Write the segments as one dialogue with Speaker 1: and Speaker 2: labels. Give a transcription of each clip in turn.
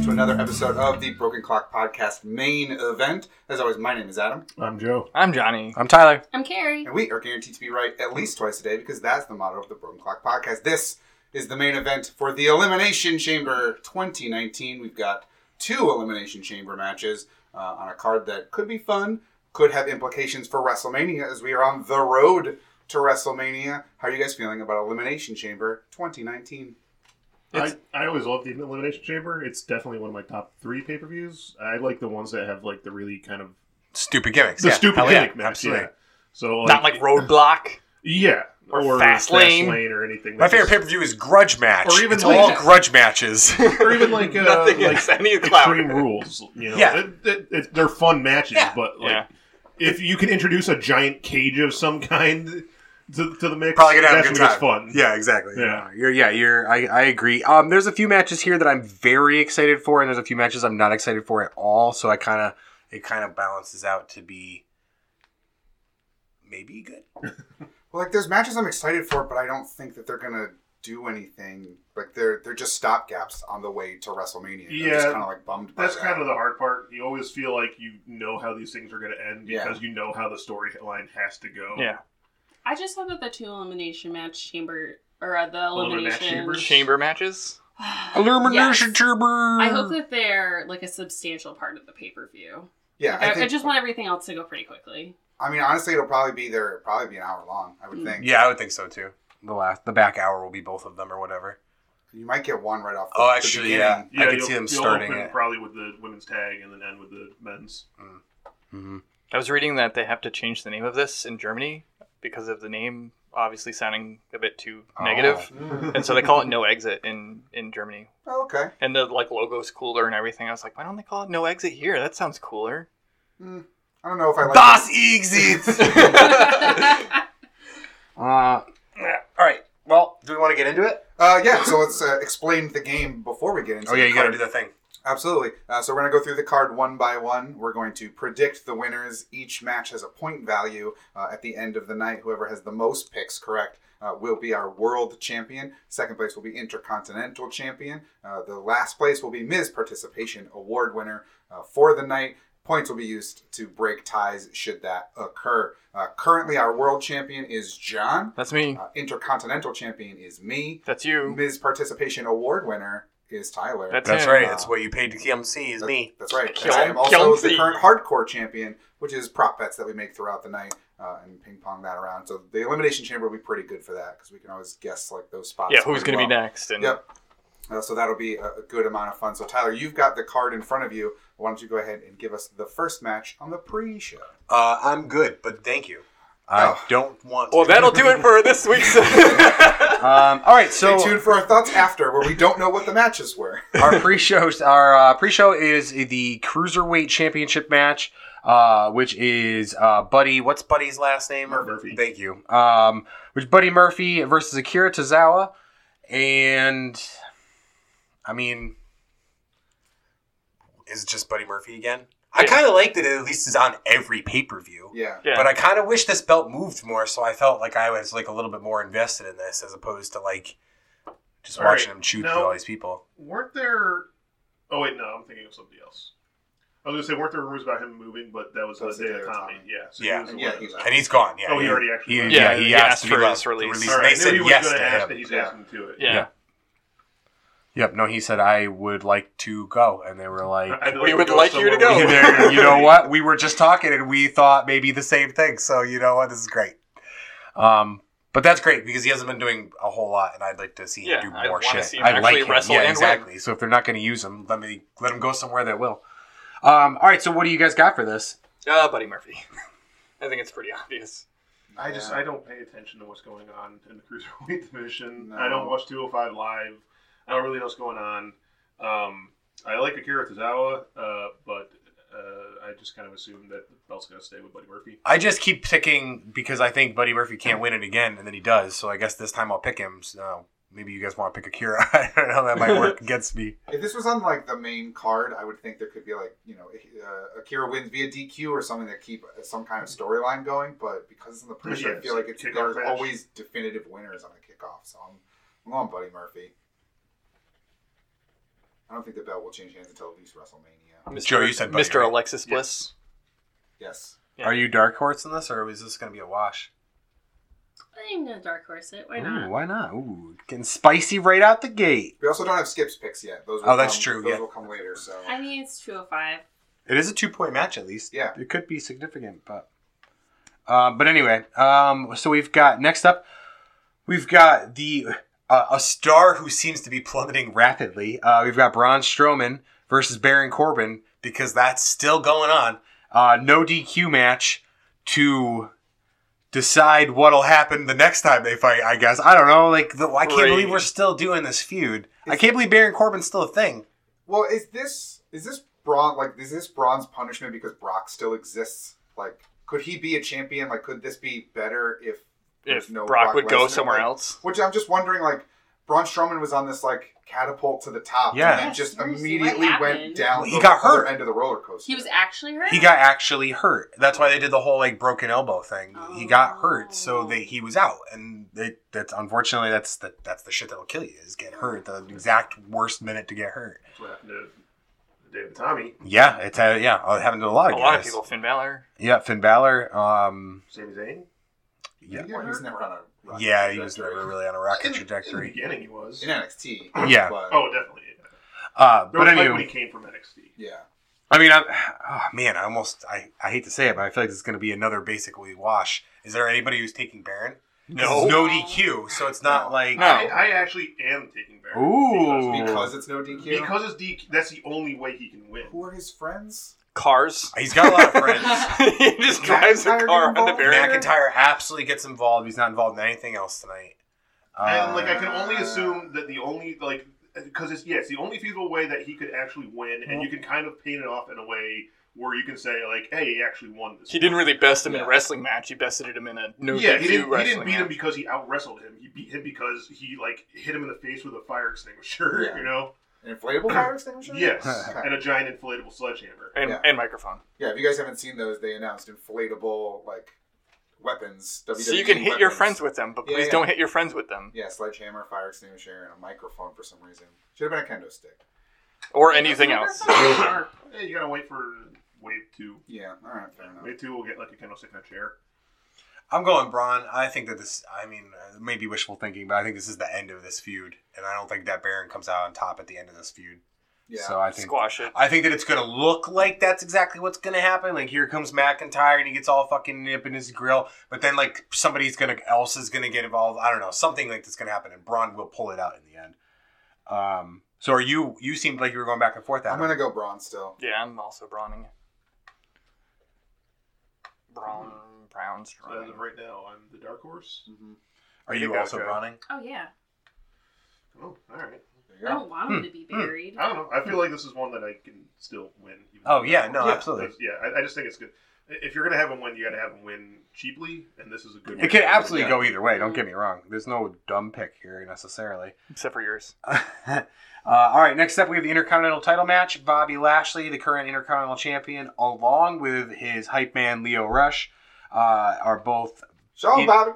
Speaker 1: episode of the Broken Clock Podcast main event. As always, my name is Adam,
Speaker 2: I'm Joe.
Speaker 3: I'm Johnny.
Speaker 4: I'm Tyler.
Speaker 5: I'm Carrie.
Speaker 1: and we are guaranteed to be right at least twice a day because that's the motto of the Broken Clock Podcast. This is the main event for the Elimination Chamber 2019. We've got two Elimination Chamber matches uh, on a card that could be fun, could have implications for WrestleMania as we are on the road to WrestleMania. How are you guys feeling about Elimination Chamber 2019?
Speaker 2: I, I always love the Elimination Chamber. It's definitely one of my top three pay per views. I like the ones that have like the really kind of
Speaker 4: Stupid gimmicks.
Speaker 2: the
Speaker 4: yeah.
Speaker 2: stupid
Speaker 4: Hell
Speaker 2: gimmick
Speaker 4: yeah.
Speaker 2: match.
Speaker 4: Absolutely.
Speaker 2: Yeah. So
Speaker 3: Not like Roadblock.
Speaker 2: yeah,
Speaker 3: or Fast Lane.
Speaker 2: or anything.
Speaker 4: My
Speaker 2: that
Speaker 4: favorite
Speaker 2: just-
Speaker 4: pay per view is Grudge Match.
Speaker 2: Or even
Speaker 4: it's
Speaker 2: like-
Speaker 4: all grudge matches.
Speaker 2: or even like uh,
Speaker 3: Nothing
Speaker 2: like
Speaker 3: against any
Speaker 2: Extreme
Speaker 3: clown.
Speaker 2: Rules. You know,
Speaker 4: Yeah.
Speaker 2: It- it- it- they're fun matches,
Speaker 4: Yeah.
Speaker 2: but like
Speaker 3: Yeah.
Speaker 2: if you can introduce a giant cage of some kind to, to the mix,
Speaker 4: Probably gonna have
Speaker 2: that's
Speaker 4: a good
Speaker 2: when it's
Speaker 4: time.
Speaker 2: fun.
Speaker 4: yeah, exactly. Uh,
Speaker 2: Yeah.
Speaker 4: you're yeah, you're. I, I agree. Um, there's a few matches here that I'm very excited for, and there's a few matches I'm not excited for at all. So I kind of it kind of balances out to be maybe good.
Speaker 1: Well, like there's matches I'm excited for, but I don't think that they're gonna do anything. Like they're they're just stopgaps on the way to WrestleMania. Yeah,
Speaker 2: Yeah,
Speaker 1: kind of like bummed. By
Speaker 2: That's
Speaker 1: that.
Speaker 2: kind of the hard part. You always feel like you know how these things are going to end
Speaker 1: Yeah.
Speaker 2: because you know how the storyline has to go.
Speaker 3: Yeah.
Speaker 5: I just thought that the two elimination match chamber or uh, the
Speaker 2: Elimination match
Speaker 5: elimination
Speaker 2: chambers?
Speaker 3: Chamber matches.
Speaker 4: Illumination
Speaker 5: Yes.
Speaker 4: Chamber.
Speaker 5: I hope that they're like a substantial part of the pay per view.
Speaker 1: yeah. I,
Speaker 5: I,
Speaker 1: think,
Speaker 5: I just want everything else to go pretty quickly.
Speaker 1: I mean, honestly, it'll probably be there. Probably be an hour long. I would
Speaker 5: Mm.
Speaker 1: think.
Speaker 4: Yeah, I would think so too. The last, the back hour will be both of them or whatever.
Speaker 1: You might get one right off.
Speaker 4: Oh, actually, yeah.
Speaker 1: beginning.
Speaker 4: I could see them
Speaker 2: you'll
Speaker 4: starting
Speaker 2: open
Speaker 4: it.
Speaker 2: probably with the women's tag and then end with the men's.
Speaker 4: Mm-hmm.
Speaker 3: I was reading that they have to change the name of this in Germany because of the name obviously sounding a bit too
Speaker 4: Oh.
Speaker 3: negative. And so they call it No Exit in, in Germany.
Speaker 1: Hmm. Oh, okay.
Speaker 3: And the like logo's cooler and everything. I was like, why don't they call it No Exit here? That sounds cooler.
Speaker 1: I don't know if I like.
Speaker 4: Das Exit. uh, all right. Well, do we want to get into it?
Speaker 1: Uh, yeah. So let's uh, explain the game before we get into.
Speaker 4: Oh yeah,
Speaker 1: the
Speaker 4: you got to
Speaker 1: card.
Speaker 4: do the thing.
Speaker 1: Absolutely. Uh, so we're going to go through the card one by one. We're going to predict the winners. Each match has a point value. Uh, at the end of the night, whoever has the most picks correct uh, will be our world champion. Second place will be intercontinental champion. Uh, the last place will be Ms. Participation Award winner uh, for the night. Points will be used to break ties should that occur. Uh, currently, our world champion is John.
Speaker 3: That's me.
Speaker 1: Uh, intercontinental champion is me.
Speaker 3: That's you.
Speaker 1: Ms. Participation Award winner is Tyler.
Speaker 3: That's
Speaker 4: That's
Speaker 3: him.
Speaker 4: right. That's what you paid to KMC is me.
Speaker 1: That's right.
Speaker 3: Kill
Speaker 1: I
Speaker 3: him,
Speaker 1: am
Speaker 3: kill
Speaker 1: also the
Speaker 3: him, Zeke.
Speaker 1: current hardcore champion, which is prop bets that we make throughout the night uh, and ping pong that around. So the elimination chamber will be pretty good for that because we can always guess like those spots.
Speaker 3: Yeah, who's
Speaker 1: pretty
Speaker 3: going to be
Speaker 1: well.
Speaker 3: next? And
Speaker 1: Yep. Uh, so that'll be a, a good amount of fun. So Tyler, you've got the card in front of you. Why don't you go ahead and give us the first match on the pre-show?
Speaker 4: Uh, I'm good, but thank you. I
Speaker 1: Oh.
Speaker 4: don't want.
Speaker 3: Well,
Speaker 4: to.
Speaker 3: that'll do it for this week's.
Speaker 4: Um, all right. So
Speaker 1: Stay tuned for our thoughts after, where we don't know what the matches were.
Speaker 4: our pre-show our uh, pre-show is the cruiserweight championship match uh, which is uh, buddy what's buddy's last name
Speaker 2: Murphy.
Speaker 4: thank you um, which buddy murphy versus akira tozawa and i mean is it just buddy murphy again i
Speaker 3: Yeah.
Speaker 4: kind of like that it at least is on every pay-per-view
Speaker 1: Yeah.
Speaker 3: Yeah.
Speaker 4: but I kind of wish this belt moved more, so I felt like I was like a little bit more invested in this as opposed to like just
Speaker 2: All right,
Speaker 4: watching him chew through
Speaker 2: now-
Speaker 4: all these people.
Speaker 2: Weren't there? Oh wait, no, I'm thinking of somebody else. I was gonna say, weren't there rumors about him moving? But that was
Speaker 1: That
Speaker 2: the
Speaker 1: was
Speaker 2: day
Speaker 1: Hideo
Speaker 2: of comedy.
Speaker 1: Tommy.
Speaker 2: Yeah.
Speaker 4: Yeah.
Speaker 2: was
Speaker 1: And
Speaker 2: the
Speaker 1: yeah,
Speaker 2: one-
Speaker 1: he's
Speaker 4: And he's gone. Yeah.
Speaker 2: Oh, he already actually
Speaker 4: He,
Speaker 2: left.
Speaker 4: yeah, he, asked, for
Speaker 3: release.
Speaker 4: his release.
Speaker 2: All
Speaker 4: and
Speaker 2: right, I
Speaker 4: They
Speaker 2: knew
Speaker 4: said
Speaker 2: he was
Speaker 4: yes
Speaker 2: gonna
Speaker 4: to
Speaker 2: ask
Speaker 4: him.
Speaker 2: that He's
Speaker 1: Yeah.
Speaker 2: asking to it.
Speaker 3: Yeah.
Speaker 4: Yep. No, he said I would like to go, and they were like,
Speaker 2: I'd
Speaker 3: We
Speaker 2: to
Speaker 3: would
Speaker 2: go
Speaker 3: like you to
Speaker 2: somewhere
Speaker 3: go.
Speaker 2: with
Speaker 4: There- "You know what? We were just talking, and we thought maybe the same thing. So you know what? This is great." Um, but that's great because he hasn't been doing a whole lot, and I'd like to see him
Speaker 3: Yeah,
Speaker 4: do
Speaker 3: I
Speaker 4: more
Speaker 3: wanna
Speaker 4: shit.
Speaker 3: see him
Speaker 4: I like
Speaker 3: actually
Speaker 4: him.
Speaker 3: wrestle
Speaker 4: yeah,
Speaker 3: and win.
Speaker 4: exactly. So if they're not going to use him, let me let him go somewhere that will. Um, all right. So what do you guys got for this?
Speaker 3: Uh, Buddy Murphy. I think it's pretty obvious.
Speaker 2: I just
Speaker 1: Yeah.
Speaker 2: I don't pay attention to what's going on in the cruiserweight division.
Speaker 1: No.
Speaker 2: I don't watch 205 live. I don't really know what's going on. Um, I like Akira Tozawa, uh, but uh, I just kind of assume that the belt's going to stay with Buddy Murphy.
Speaker 4: I just keep picking because I think Buddy Murphy can't win it again, and then he does. So I guess this time I'll pick him. So maybe you guys want to pick Akira. I don't know. That might work against me.
Speaker 1: If this was on like the main card, I would think there could be like you know uh, Akira wins via DQ or something that keep uh, some kind of storyline going. But because it's in the pre-show, I
Speaker 2: Yeah,
Speaker 1: feel like it's
Speaker 2: kickoff
Speaker 1: there's
Speaker 2: match.
Speaker 1: always definitive winners on the kickoff. So I'm, I'm on Buddy Murphy. I don't think the belt will change hands until at least WrestleMania.
Speaker 3: Mr.
Speaker 4: Joe, you said Buddy,
Speaker 3: Mr.
Speaker 4: right?
Speaker 3: Alexis Bliss.
Speaker 1: Yes.
Speaker 3: Yeah.
Speaker 4: Are you dark horse in this, or is this going to be a wash?
Speaker 5: I'm gonna dark horse it. Why
Speaker 4: Ooh,
Speaker 5: not?
Speaker 4: why not? Ooh, getting spicy right out the gate.
Speaker 1: We also don't have Skip's picks yet. Those will
Speaker 4: Oh, that's
Speaker 1: come-
Speaker 4: true,
Speaker 1: Those
Speaker 4: yeah.
Speaker 1: will come later. So
Speaker 5: I mean, it's 205.
Speaker 4: It is a two point match, at least.
Speaker 1: Yeah.
Speaker 4: it could be significant, but. Uh, but anyway, um, so we've got next up, we've got the uh, a star who seems to be plummeting rapidly. Uh, we've got Braun Strowman versus Baron Corbin because that's still going on. Uh, no DQ match to decide what'll happen the next time they fight. I guess I don't know. Like the, I can't
Speaker 3: Right.
Speaker 4: believe we're still doing this feud. I can't believe Baron Corbin's still a thing.
Speaker 1: Well, is this is this Braun like is this Braun's punishment because Brock still exists? Like, could he be a champion? Like, could this be better if
Speaker 3: If
Speaker 1: there's no
Speaker 3: Brock, would go
Speaker 1: Lesnar?
Speaker 3: somewhere
Speaker 1: Like,
Speaker 3: else,
Speaker 1: Which I'm just wondering, like. Braun Strowman was on this like catapult to the top,
Speaker 4: Yeah.
Speaker 1: and then just
Speaker 5: Yes, seriously,
Speaker 1: immediately
Speaker 5: what
Speaker 1: went
Speaker 5: happened?
Speaker 1: down.
Speaker 4: Well, he
Speaker 1: the
Speaker 4: got
Speaker 1: other
Speaker 4: hurt.
Speaker 1: end of the roller coaster.
Speaker 5: He was actually hurt?
Speaker 4: He got actually hurt. That's why they did the whole like broken elbow thing. He got hurt, so
Speaker 2: Oh.
Speaker 4: that he was out, and they, that's unfortunately that's the that's the shit that'll kill you is get hurt the exact worst minute to get hurt.
Speaker 2: That's what happened to David Tommy.
Speaker 4: Yeah, it's uh, yeah, it happened to a lot
Speaker 3: a
Speaker 4: of
Speaker 3: lot of
Speaker 4: guys.
Speaker 3: people. Finn Balor.
Speaker 4: Yeah, Finn Balor. Um,
Speaker 2: Sami Zayn.
Speaker 4: yeah,
Speaker 1: Well, he was never on a rocket
Speaker 4: yeah, he was
Speaker 1: trajectory.
Speaker 4: never really on a rocket
Speaker 2: In the
Speaker 4: trajectory.
Speaker 2: beginning, he was.
Speaker 1: in NXT.
Speaker 4: Yeah.
Speaker 1: but,
Speaker 2: Oh, definitely. Yeah.
Speaker 4: Uh,
Speaker 2: There
Speaker 4: but
Speaker 2: was like when
Speaker 4: anyway,
Speaker 2: he came from NXT.
Speaker 1: yeah.
Speaker 4: I mean, I'm, oh, man, I almost I, I hate to say it, but I feel like this is going to be another basically wash. Is there anybody who's taking Baron? 'Cause it's no DQ, so it's not
Speaker 1: No.
Speaker 4: like
Speaker 3: No.
Speaker 2: I, I actually am taking Baron.
Speaker 4: Oh. Ooh.
Speaker 1: Because it's no DQ.
Speaker 2: Because, because it's DQ, that's the only way he can win.
Speaker 1: who are his friends?
Speaker 3: Cars.
Speaker 4: He's got a lot of friends.
Speaker 3: he just drives a
Speaker 1: McIntyre
Speaker 3: car on the
Speaker 1: involved?
Speaker 3: barrier.
Speaker 4: McIntyre absolutely gets involved. He's not involved in anything else tonight.
Speaker 2: and
Speaker 4: Uh,
Speaker 2: like, I can only assume that the only like, because it's yeah, it's the only feasible way that he could actually win, and you can kind of paint it off in a way where you can say like, hey, he actually won this.
Speaker 3: He didn't really best him in a
Speaker 1: Yeah.
Speaker 3: wrestling match. He bested him in a no
Speaker 2: yeah,
Speaker 3: DQ
Speaker 2: he didn't, he
Speaker 3: wrestling
Speaker 2: didn't beat him
Speaker 3: match.
Speaker 2: because he out wrestled him. He beat him because he like hit him in the face with a fire extinguisher.
Speaker 1: Yeah.
Speaker 2: You know.
Speaker 1: An inflatable fire extinguisher?
Speaker 2: Yes,
Speaker 1: Okay.
Speaker 2: and a giant inflatable sledgehammer.
Speaker 3: and,
Speaker 1: Yeah.
Speaker 3: and microphone.
Speaker 1: Yeah, if you guys haven't seen those, they announced inflatable like weapons. WWE
Speaker 3: so you can hit your
Speaker 1: E weapons.
Speaker 3: friends with them, but
Speaker 1: Yeah,
Speaker 3: please
Speaker 1: yeah.
Speaker 3: don't hit your friends with them
Speaker 1: Yeah, sledgehammer, fire extinguisher, and a microphone for some reason. Should have been a kendo stick.
Speaker 3: or anything else.
Speaker 5: Sharp.
Speaker 2: Yeah, you gotta wait for wave two.
Speaker 1: Yeah, all right, fair enough.
Speaker 2: Wave two will get like a candlestick on a chair.
Speaker 4: I'm going Braun. I think that this. I mean, uh, maybe wishful thinking, but I think this is the end of this feud, and I don't think that Baron comes out on top at the end of this feud.
Speaker 1: Yeah,
Speaker 4: So I think
Speaker 3: Squash it.
Speaker 4: I think that it's going to look like that's exactly what's going to happen. Like here comes McIntyre and he gets all fucking nip in his grill, but then like somebody's going to else is going to get involved. I don't know, something like that's going to happen, and Braun will pull it out in the end. Um. So are you? You seemed like you were going back and forth. That
Speaker 1: I'm gonna go Braun still.
Speaker 3: Yeah, I'm also brawning. Brawn, brown,
Speaker 2: So as
Speaker 3: strong.
Speaker 2: of right now, I'm the dark horse.
Speaker 1: Mm-hmm.
Speaker 4: Are
Speaker 3: You
Speaker 4: you
Speaker 3: go,
Speaker 4: also
Speaker 3: Joe.
Speaker 4: Browning?
Speaker 5: Oh, yeah.
Speaker 2: Oh, all right.
Speaker 1: There you
Speaker 5: I
Speaker 4: Oh.
Speaker 1: go.
Speaker 5: don't want him to be buried.
Speaker 2: I don't know. I feel like this is one that I can still win. even
Speaker 4: Oh,
Speaker 2: though-
Speaker 4: yeah, no, absolutely.
Speaker 2: that's- Yeah, I, I just think it's good. If you're gonna have him win, you gotta have him win cheaply, and this is a good.
Speaker 4: It could absolutely
Speaker 1: Yeah.
Speaker 4: go either way. Don't get me wrong. There's no dumb pick here necessarily.
Speaker 3: Except for yours.
Speaker 4: uh, all right. Next up, we have the Intercontinental Title match. Bobby Lashley, the current Intercontinental Champion, along with his hype man Leo Rush, uh, are both
Speaker 1: Show
Speaker 4: You-
Speaker 1: him, Bobby.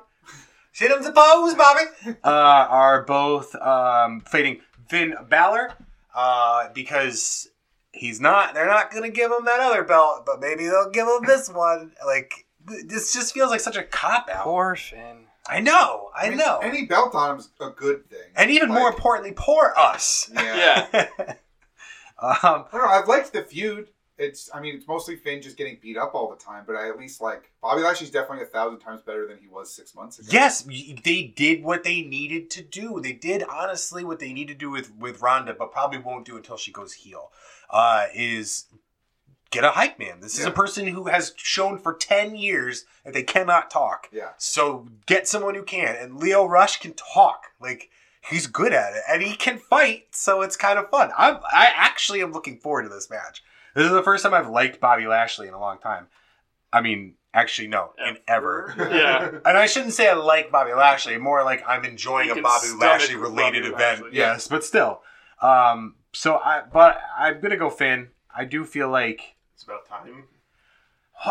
Speaker 4: Shit him the pose, Bobby. Uh, are both um, fading Finn Balor uh, because he's not. They're not gonna give him that other belt, but maybe they'll give him this one. Like th- this just feels like such a cop out.
Speaker 3: Poor Finn.
Speaker 4: I know. I
Speaker 1: mean,
Speaker 4: know.
Speaker 1: Any belt on him's a good thing.
Speaker 4: and even more
Speaker 1: Like,
Speaker 4: importantly, poor us.
Speaker 1: Yeah.
Speaker 3: Yeah.
Speaker 4: um,
Speaker 1: I don't know. I've liked the feud. It's, I mean, it's mostly Finn just getting beat up all the time, but I at least like Bobby Lashley's definitely a thousand times better than he was six months ago.
Speaker 4: Yes, y- they did what they needed to do. They did honestly what they need to do with with Ronda, but probably won't do until she goes heel. Uh, is get a hype man. This is a
Speaker 1: Yeah.
Speaker 4: person who has shown for ten years that they cannot talk.
Speaker 1: Yeah.
Speaker 4: So get someone who can, and Leo Rush can talk. Like he's good at it, and he can fight. So it's kind of fun. I'm I actually am looking forward to this match. This is the first time I've liked Bobby Lashley in a long time. I mean, actually, no, in ever.
Speaker 3: Yeah.
Speaker 4: And I shouldn't say I like Bobby Lashley, more like I'm enjoying
Speaker 3: You
Speaker 4: a
Speaker 3: can
Speaker 4: Bobby
Speaker 3: stomach
Speaker 4: Lashley related
Speaker 2: Bobby
Speaker 4: event.
Speaker 2: Lashley, yeah.
Speaker 4: yes, but still. Um, so I, but I'm gonna go Finn. I do feel like
Speaker 2: It's about time.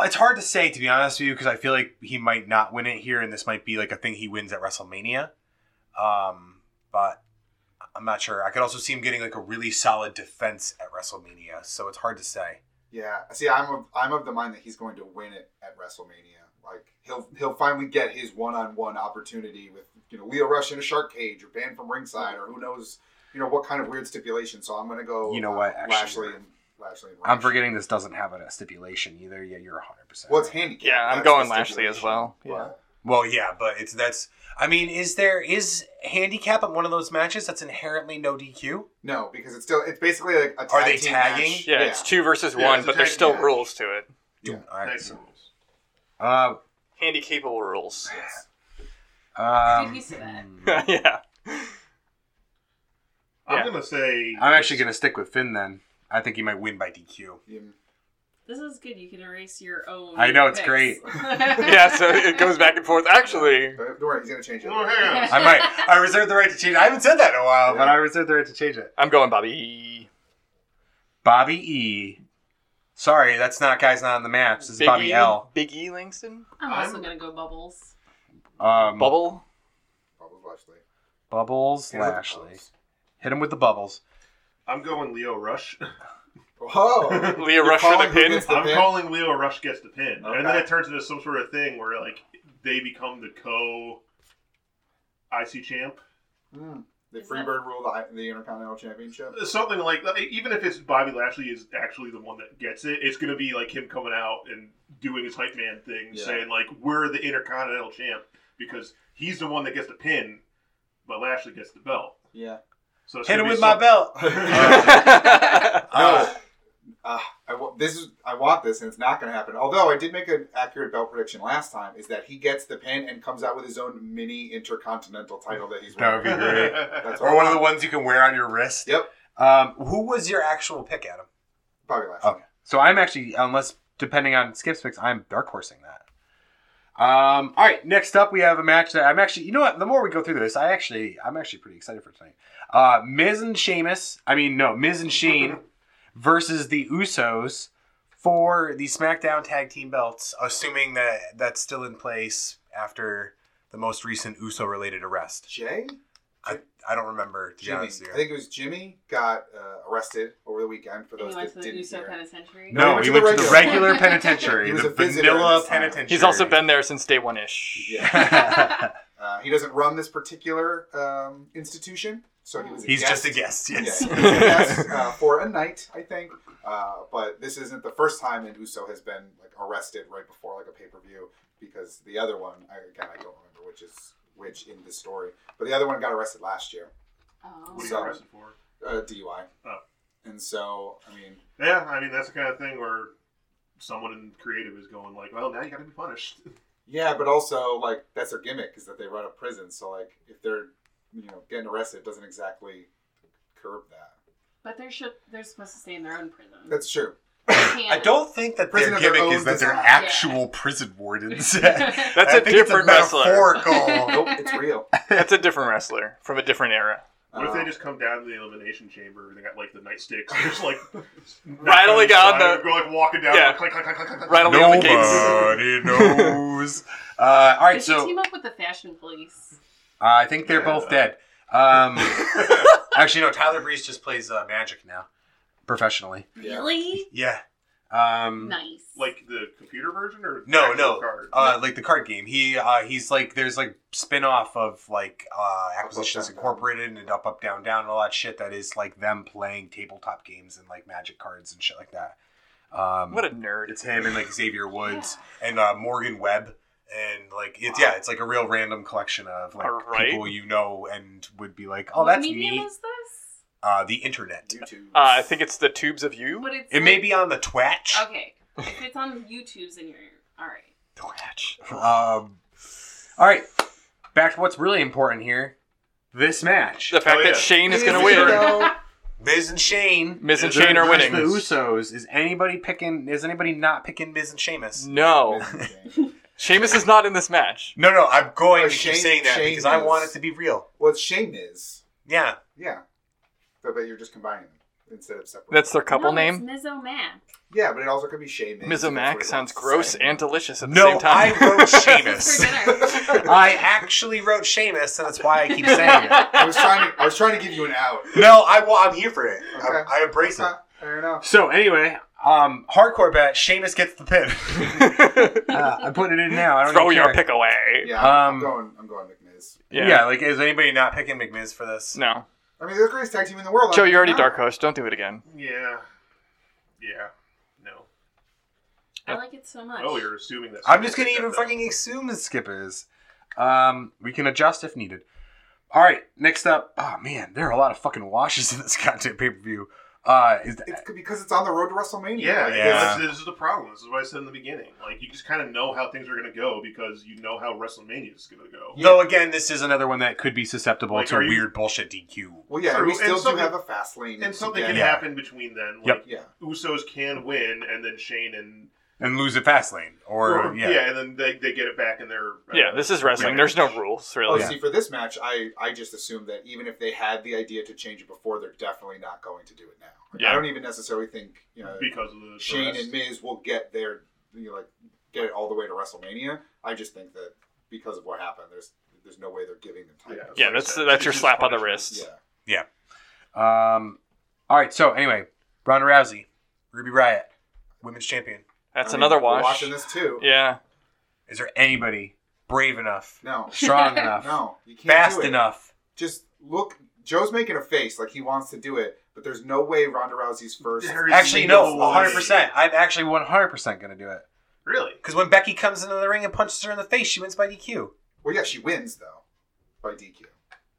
Speaker 4: it's hard to say to be honest with you because I feel like he might not win it here, and this might be like a thing he wins at WrestleMania. Um, but I'm not sure. I could also see him getting like a really solid defense at WrestleMania, so it's hard to say.
Speaker 1: Yeah. See, I'm of, I'm of the mind that he's going to win it at WrestleMania. Like he'll he'll finally get his one-on-one opportunity with you know Leo Rush in a shark cage or banned from ringside or who knows you know what kind of weird stipulation. So I'm gonna go.
Speaker 4: You know what,
Speaker 1: uh,
Speaker 4: actually,
Speaker 1: Lashley
Speaker 4: you're-
Speaker 1: and Lashley. And
Speaker 4: I'm
Speaker 1: Rush.
Speaker 4: forgetting this doesn't have a stipulation either. Yeah, you're 100. percent
Speaker 1: Well, it's handicap.
Speaker 3: Yeah, I'm
Speaker 1: That's
Speaker 3: going
Speaker 1: the
Speaker 3: Lashley as
Speaker 1: stipulation.
Speaker 3: well. Yeah.
Speaker 1: But-
Speaker 4: Well, yeah, but it's that's. I mean, is there is handicap in one of those matches that's inherently no DQ?
Speaker 1: no, because it's still it's basically like a tag
Speaker 4: they
Speaker 1: team
Speaker 4: tagging?
Speaker 1: match.
Speaker 3: Yeah, it's two versus
Speaker 2: Yeah,
Speaker 3: one,
Speaker 2: it's a
Speaker 3: but there's
Speaker 2: tag
Speaker 3: still
Speaker 1: match.
Speaker 3: rules to it.
Speaker 1: Yeah.
Speaker 4: All right.
Speaker 2: Thanks, rules.
Speaker 4: Uh,
Speaker 3: Handy capable rules.
Speaker 4: um,
Speaker 5: Did he say that?
Speaker 3: yeah.
Speaker 2: I'm
Speaker 3: Yeah.
Speaker 2: gonna say
Speaker 4: I'm actually going to stick with Finn then. I think he might win by DQ.
Speaker 1: Yeah.
Speaker 5: This is good. You can erase your own.
Speaker 4: I know, it's
Speaker 5: picks.
Speaker 4: great.
Speaker 3: Yeah, so it goes back and forth. Actually,
Speaker 1: Don't worry, he's gonna change it.
Speaker 2: Oh, hang on.
Speaker 4: I might. I reserve the right to change. it. I haven't said that in a while, but I reserve the right to change it.
Speaker 3: I'm going Bobby. E.
Speaker 4: Bobby E. Sorry, that's not guys not on the maps. This is
Speaker 3: Big
Speaker 4: Bobby
Speaker 3: E,
Speaker 4: L.
Speaker 3: Big E Langston?
Speaker 5: I'm also
Speaker 2: I'm-
Speaker 5: gonna go bubbles.
Speaker 4: Um,
Speaker 3: Bubble?
Speaker 1: Probably Lashley.
Speaker 4: Bubbles Lashley. Hit him with the bubbles.
Speaker 2: I'm going Leo Rush.
Speaker 1: Whoa.
Speaker 3: Leah Rush for
Speaker 1: calling
Speaker 3: the
Speaker 1: who
Speaker 3: pin?
Speaker 4: E?
Speaker 1: gets the
Speaker 2: I'm
Speaker 1: pin?
Speaker 2: calling Leo Rush gets the pin, and then
Speaker 1: Okay.
Speaker 2: it turns into some sort of thing where like they become the co IC champ,
Speaker 1: Mm. The
Speaker 5: Is that-
Speaker 1: Freebird rule the, the Intercontinental Championship.
Speaker 2: something like that. Even if it's Bobby Lashley is actually the one that gets it, it's gonna be like him coming out and doing his hype man thing,
Speaker 1: Yeah.
Speaker 2: saying like we're the Intercontinental champ because he's the one that gets the pin, but Lashley gets the belt.
Speaker 1: Yeah.
Speaker 2: So it's
Speaker 4: Hit
Speaker 2: gonna
Speaker 4: him
Speaker 2: be
Speaker 4: with
Speaker 2: some-
Speaker 4: my belt.
Speaker 1: No.
Speaker 4: Uh,
Speaker 1: Uh, I wa- this is I want this, and it's not going to happen. Although I did make an accurate belt prediction last time, is that he gets the pin and comes out with his own mini intercontinental title that he's
Speaker 4: That would be
Speaker 1: wearing.
Speaker 4: great.
Speaker 1: That's
Speaker 4: or one of the ones you can wear on your wrist.
Speaker 1: Yep.
Speaker 4: Um, who was your actual pick, Adam?
Speaker 1: probably last.
Speaker 3: Oh.
Speaker 4: Okay. So I'm actually, unless depending on Skip's picks, I'm dark horsing that. Um, all right. Next up, we have a match that I'm actually. You know what? The more we go through this, I actually, I'm actually pretty excited for tonight. Uh, Miz and Sheamus. I mean, no, Miz and Shane versus the Usos for the SmackDown Tag Team belts, assuming that that's still in place after the most recent Uso-related arrest.
Speaker 1: Jay,
Speaker 4: I, I don't remember. To be
Speaker 1: Jimmy. I
Speaker 4: honest with you.
Speaker 1: think it was Jimmy got uh, arrested over the weekend for
Speaker 5: And
Speaker 1: those
Speaker 5: he went
Speaker 1: that
Speaker 5: to the
Speaker 1: didn't
Speaker 5: Uso
Speaker 1: hear.
Speaker 5: penitentiary.
Speaker 4: No,
Speaker 1: No,
Speaker 4: he
Speaker 1: he
Speaker 4: went
Speaker 1: went
Speaker 4: to the
Speaker 1: to
Speaker 4: regular penitentiary,
Speaker 1: He was
Speaker 4: the
Speaker 1: a visitor
Speaker 4: vanilla
Speaker 1: this time.
Speaker 4: penitentiary.
Speaker 3: He's also been there since day one ish.
Speaker 1: Yeah. Uh, he doesn't run this particular um, institution, so he was. A
Speaker 4: He's
Speaker 1: guest.
Speaker 4: just a guest. Yes.
Speaker 1: Yeah, yes, uh, for a night, I think. Uh, but this isn't the first time that Uso has been like arrested right before like a pay per view because the other one, I, again, I don't remember which is which in the story, but the other one got arrested last year,
Speaker 2: What
Speaker 5: Oh.
Speaker 2: are you
Speaker 1: So-
Speaker 2: arrested for?
Speaker 1: uh, DUI.
Speaker 2: Oh.
Speaker 1: And so, I mean,
Speaker 2: Yeah, I mean that's the kind of thing where someone in creative is going like, "Well, now you got to be punished."
Speaker 1: yeah, but also like that's their gimmick is that they run a prison, so like if they're you know getting arrested, it doesn't exactly curb that.
Speaker 5: But they're should they're supposed to stay in their own prison.
Speaker 1: That's true.
Speaker 5: They
Speaker 4: I
Speaker 5: can't-
Speaker 4: don't think that
Speaker 1: Prison
Speaker 4: their
Speaker 1: of their
Speaker 4: gimmick
Speaker 1: own
Speaker 4: is that they're
Speaker 1: design.
Speaker 4: actual prison wardens.
Speaker 5: That's
Speaker 3: That's
Speaker 4: I
Speaker 3: a
Speaker 4: think it's
Speaker 3: different wrestler.
Speaker 4: metaphorical.
Speaker 1: Nope, it's real.
Speaker 3: That's a different wrestler from a different era.
Speaker 2: What if
Speaker 1: Uh,
Speaker 2: they just come down to the elimination chamber and they got like the nightsticks, and just like
Speaker 3: Rattling
Speaker 2: knock on
Speaker 3: down the-
Speaker 2: side, go like walking down,
Speaker 3: Yeah.
Speaker 2: like, clank, clank, clank, clank, clank,
Speaker 3: Rattling on the gates.
Speaker 4: Nobody knows. Uh, all
Speaker 5: They
Speaker 4: right,
Speaker 5: should
Speaker 4: so
Speaker 5: team up with the fashion police.
Speaker 4: uh, I think they're both dead. Um, actually, no. Tyler Breeze just plays uh, magic now, professionally.
Speaker 1: Yeah.
Speaker 5: Really
Speaker 4: Yeah. Um,
Speaker 5: nice.
Speaker 2: like the computer version or the
Speaker 4: No,
Speaker 2: actual
Speaker 4: no.
Speaker 2: card?
Speaker 4: Uh, like the card game. He uh, he's like there's like spin off of like uh,
Speaker 1: Up,
Speaker 4: acquisitions
Speaker 1: Up, Down, Down.
Speaker 4: incorporated and up up down down and all that shit that is like them playing tabletop games and like magic cards and shit like that. Um,
Speaker 3: What a nerd.
Speaker 4: it's him and like Xavier Woods and uh, Morgan Webb and like it's yeah it's like a real random collection of like
Speaker 3: All right.
Speaker 4: people you know and would be like oh that's
Speaker 5: what medium
Speaker 4: neat
Speaker 5: is this?
Speaker 4: uh, the internet.
Speaker 1: YouTube.
Speaker 3: Uh, I think it's the tubes of you.
Speaker 5: But it's
Speaker 4: It may be on the Twatch.
Speaker 5: okay. If it's on YouTube's and you're all right.
Speaker 3: Twitch.
Speaker 4: Um, all right, back to what's really important here. This match,
Speaker 3: The fact
Speaker 2: Oh, yeah.
Speaker 3: that Shane is
Speaker 1: Here
Speaker 3: going to
Speaker 1: we
Speaker 3: win.
Speaker 1: go.
Speaker 4: Miz and Shane.
Speaker 3: Miz and
Speaker 2: Is there-
Speaker 3: Shane are
Speaker 2: where's
Speaker 4: The
Speaker 3: winning.
Speaker 4: Usos. Is anybody picking? Is anybody not picking Miz and Sheamus?
Speaker 3: No. Sheamus is not in this match.
Speaker 4: No, no. I'm going
Speaker 1: Oh,
Speaker 4: to keep
Speaker 1: Shane-
Speaker 4: saying that
Speaker 1: Shane
Speaker 4: because I
Speaker 1: is-
Speaker 4: want it to be real.
Speaker 1: Well, it's Shane is.
Speaker 4: Yeah.
Speaker 1: Yeah. But, but you're just combining them. instead of separate.
Speaker 3: That's their couple
Speaker 5: No, it's
Speaker 3: name.
Speaker 5: Mizo Mac.
Speaker 1: yeah, but it also could be Shane.
Speaker 3: Mizomac sounds gross and delicious at the
Speaker 4: No,
Speaker 3: same time.
Speaker 4: I wrote
Speaker 5: For
Speaker 4: Seamus.
Speaker 5: dinner.
Speaker 4: I actually wrote Seamus, and that's why I keep saying it.
Speaker 1: I was trying. To, I was trying to give you an out.
Speaker 4: No, I, well, I'm here for it.
Speaker 1: Okay.
Speaker 4: I, I embrace it.
Speaker 1: Ah, Fair enough.
Speaker 4: So anyway, um, hardcore bet. Seamus gets the pin. uh, I'm putting it in now. I don't
Speaker 3: Throw
Speaker 4: even
Speaker 3: your
Speaker 4: care.
Speaker 3: pick away.
Speaker 1: Yeah, I'm
Speaker 4: Um,
Speaker 1: going. I'm going McMiz.
Speaker 4: Yeah. like is anybody not picking McMiz for this?
Speaker 3: No.
Speaker 1: I mean, they're the greatest tag team in the world.
Speaker 3: Joe,
Speaker 1: I'm-
Speaker 3: you're already
Speaker 1: no.
Speaker 3: dark host. Don't do it again.
Speaker 2: Yeah. Yeah. No.
Speaker 5: I like it so much.
Speaker 2: Oh, you're assuming that.
Speaker 4: I'm just gonna
Speaker 2: that-
Speaker 4: even
Speaker 2: that-
Speaker 4: fucking assume the skip is. Um, we can adjust if needed. All right, next up. Oh man, there are a lot of fucking washes in this goddamn pay per view. Uh, is that,
Speaker 1: It's c- because it's on the road to WrestleMania.
Speaker 2: Yeah,
Speaker 1: Like,
Speaker 2: yeah.
Speaker 4: Yeah.
Speaker 2: This, this is the problem. This is what I said in the beginning. Like, you just kind of know how things are going to go because you know how WrestleMania is going to go.
Speaker 4: though again, this is another one that could be susceptible
Speaker 2: Like,
Speaker 4: to
Speaker 2: are you-
Speaker 4: weird bullshit DQ.
Speaker 1: Well, yeah, and
Speaker 2: True,
Speaker 1: we
Speaker 2: and
Speaker 1: still do
Speaker 2: something-
Speaker 1: have a fast lane.
Speaker 2: And something
Speaker 1: yeah.
Speaker 2: can
Speaker 4: Yeah.
Speaker 2: happen between then.
Speaker 4: Yep.
Speaker 2: Like,
Speaker 1: Yeah.
Speaker 2: Usos can win, and then Shane and
Speaker 4: And lose it fast lane, or, yeah.
Speaker 2: and then they, they get it back in their uh,
Speaker 3: Yeah, this is wrestling.
Speaker 2: yeah.
Speaker 3: There's no rules,
Speaker 1: Oh,
Speaker 3: really.
Speaker 4: Yeah.
Speaker 1: see, for this match, I, I just assumed that even if they had the idea to change it before, they're definitely not going to do it now. Like, I
Speaker 3: Yeah.
Speaker 1: don't even necessarily think you know
Speaker 2: because of the the
Speaker 1: Shane
Speaker 2: rest.
Speaker 1: and Miz will get their you know, like get it all the way to WrestleMania. I just think that because of what happened, there's there's no way they're giving them time.
Speaker 2: Yeah.
Speaker 3: Yeah, that's that's your slap on the wrist.
Speaker 1: Yeah.
Speaker 4: Um, all right. So anyway, Ronda Rousey, Ruby Riot, women's champion.
Speaker 3: That's
Speaker 1: I mean,
Speaker 3: another
Speaker 1: we're
Speaker 3: wash.
Speaker 1: Watching this too.
Speaker 3: Yeah.
Speaker 4: Is there anybody brave enough,
Speaker 1: No,
Speaker 4: strong enough,
Speaker 1: no, you can't
Speaker 4: fast
Speaker 1: do it.
Speaker 4: enough?
Speaker 1: Just look. Joe's making a face like he wants to do it, but there's no way Ronda Rousey's first.
Speaker 2: There is
Speaker 4: Actually,
Speaker 2: no
Speaker 4: no,
Speaker 2: way.
Speaker 4: 100%. I'm actually 100% going to do it.
Speaker 2: Really?
Speaker 4: Because when Becky comes into the ring and punches her in the face, she wins by DQ.
Speaker 1: Well, yeah, she wins though by DQ.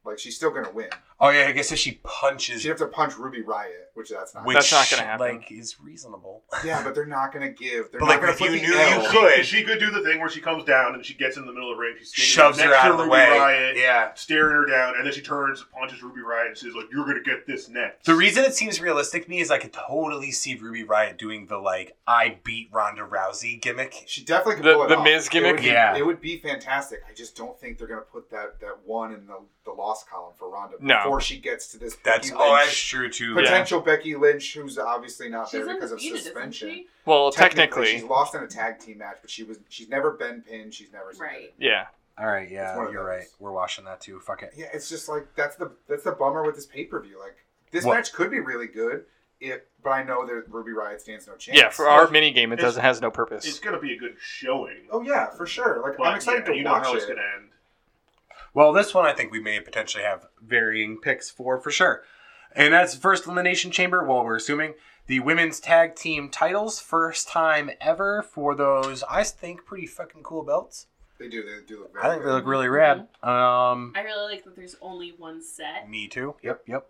Speaker 1: Like she's still gonna win.
Speaker 4: Oh, yeah, I guess if she punches,
Speaker 1: She'd have to punch Ruby Riot, which that's not.
Speaker 4: which,
Speaker 3: That's not gonna happen.
Speaker 4: like, is reasonable.
Speaker 1: Yeah, but they're not gonna give. They're not
Speaker 4: But, like,
Speaker 1: gonna
Speaker 4: if you
Speaker 1: fucking
Speaker 4: knew
Speaker 1: L.
Speaker 4: you
Speaker 2: She,
Speaker 4: Could.
Speaker 2: she could do the thing where she comes down and she gets in the middle of the ring, she's standing
Speaker 4: Shoves her
Speaker 2: next to
Speaker 4: out of the
Speaker 2: Ruby
Speaker 4: way.
Speaker 2: Riot,
Speaker 4: Yeah.
Speaker 2: staring her down, and then she turns, punches Ruby Riot, and says like, "You're gonna get this next."
Speaker 4: The reason it seems realistic to me is I could totally see Ruby Riot doing the, like, I beat Ronda Rousey gimmick.
Speaker 1: She definitely could
Speaker 3: The-
Speaker 1: pull it
Speaker 3: the
Speaker 1: off.
Speaker 3: Miz gimmick?
Speaker 1: It would be,
Speaker 4: Yeah.
Speaker 1: it would be fantastic. I just don't think they're gonna put that that one in the, the loss column for Ronda
Speaker 3: No.
Speaker 1: before she gets to this.
Speaker 4: That's,
Speaker 1: Becky
Speaker 4: oh, that's
Speaker 1: Lynch,
Speaker 4: true, too.
Speaker 3: Yeah.
Speaker 1: potential Becky Lynch, who's obviously not
Speaker 5: She's
Speaker 1: there because of
Speaker 5: undefeated, isn't
Speaker 1: suspension.
Speaker 5: she?
Speaker 3: Well, technically,
Speaker 1: she's lost in a tag team match, but she was she's never been pinned. She's never submitted.
Speaker 5: Right.
Speaker 3: yeah.
Speaker 4: All right,
Speaker 1: It's one
Speaker 4: yeah,
Speaker 1: of
Speaker 4: you're
Speaker 1: those.
Speaker 4: right. We're watching that, too. Fuck it.
Speaker 1: Yeah, it's just like that's the that's the bummer with this pay per view. Like this
Speaker 4: What?
Speaker 1: match could be really good, if but I know that Ruby Riot stands no chance.
Speaker 3: Yeah, for our
Speaker 2: It's-
Speaker 3: mini game, it doesn't has no purpose.
Speaker 2: it's gonna be a good showing.
Speaker 1: oh yeah, for sure. Like
Speaker 2: but
Speaker 1: I'm excited
Speaker 2: yeah,
Speaker 1: to
Speaker 2: you know
Speaker 1: watch
Speaker 2: how
Speaker 1: it.
Speaker 2: it's gonna end.
Speaker 4: Well, this one I think we may potentially have varying picks for for sure. And that's first elimination chamber. Well, we're assuming the women's tag team titles, first time ever for those. I think pretty fucking cool belts.
Speaker 1: They do. They do look. Very
Speaker 4: I think
Speaker 1: good.
Speaker 4: they look really rad. Um,
Speaker 5: I really like that there's only one set.
Speaker 4: me too. Yep, yep.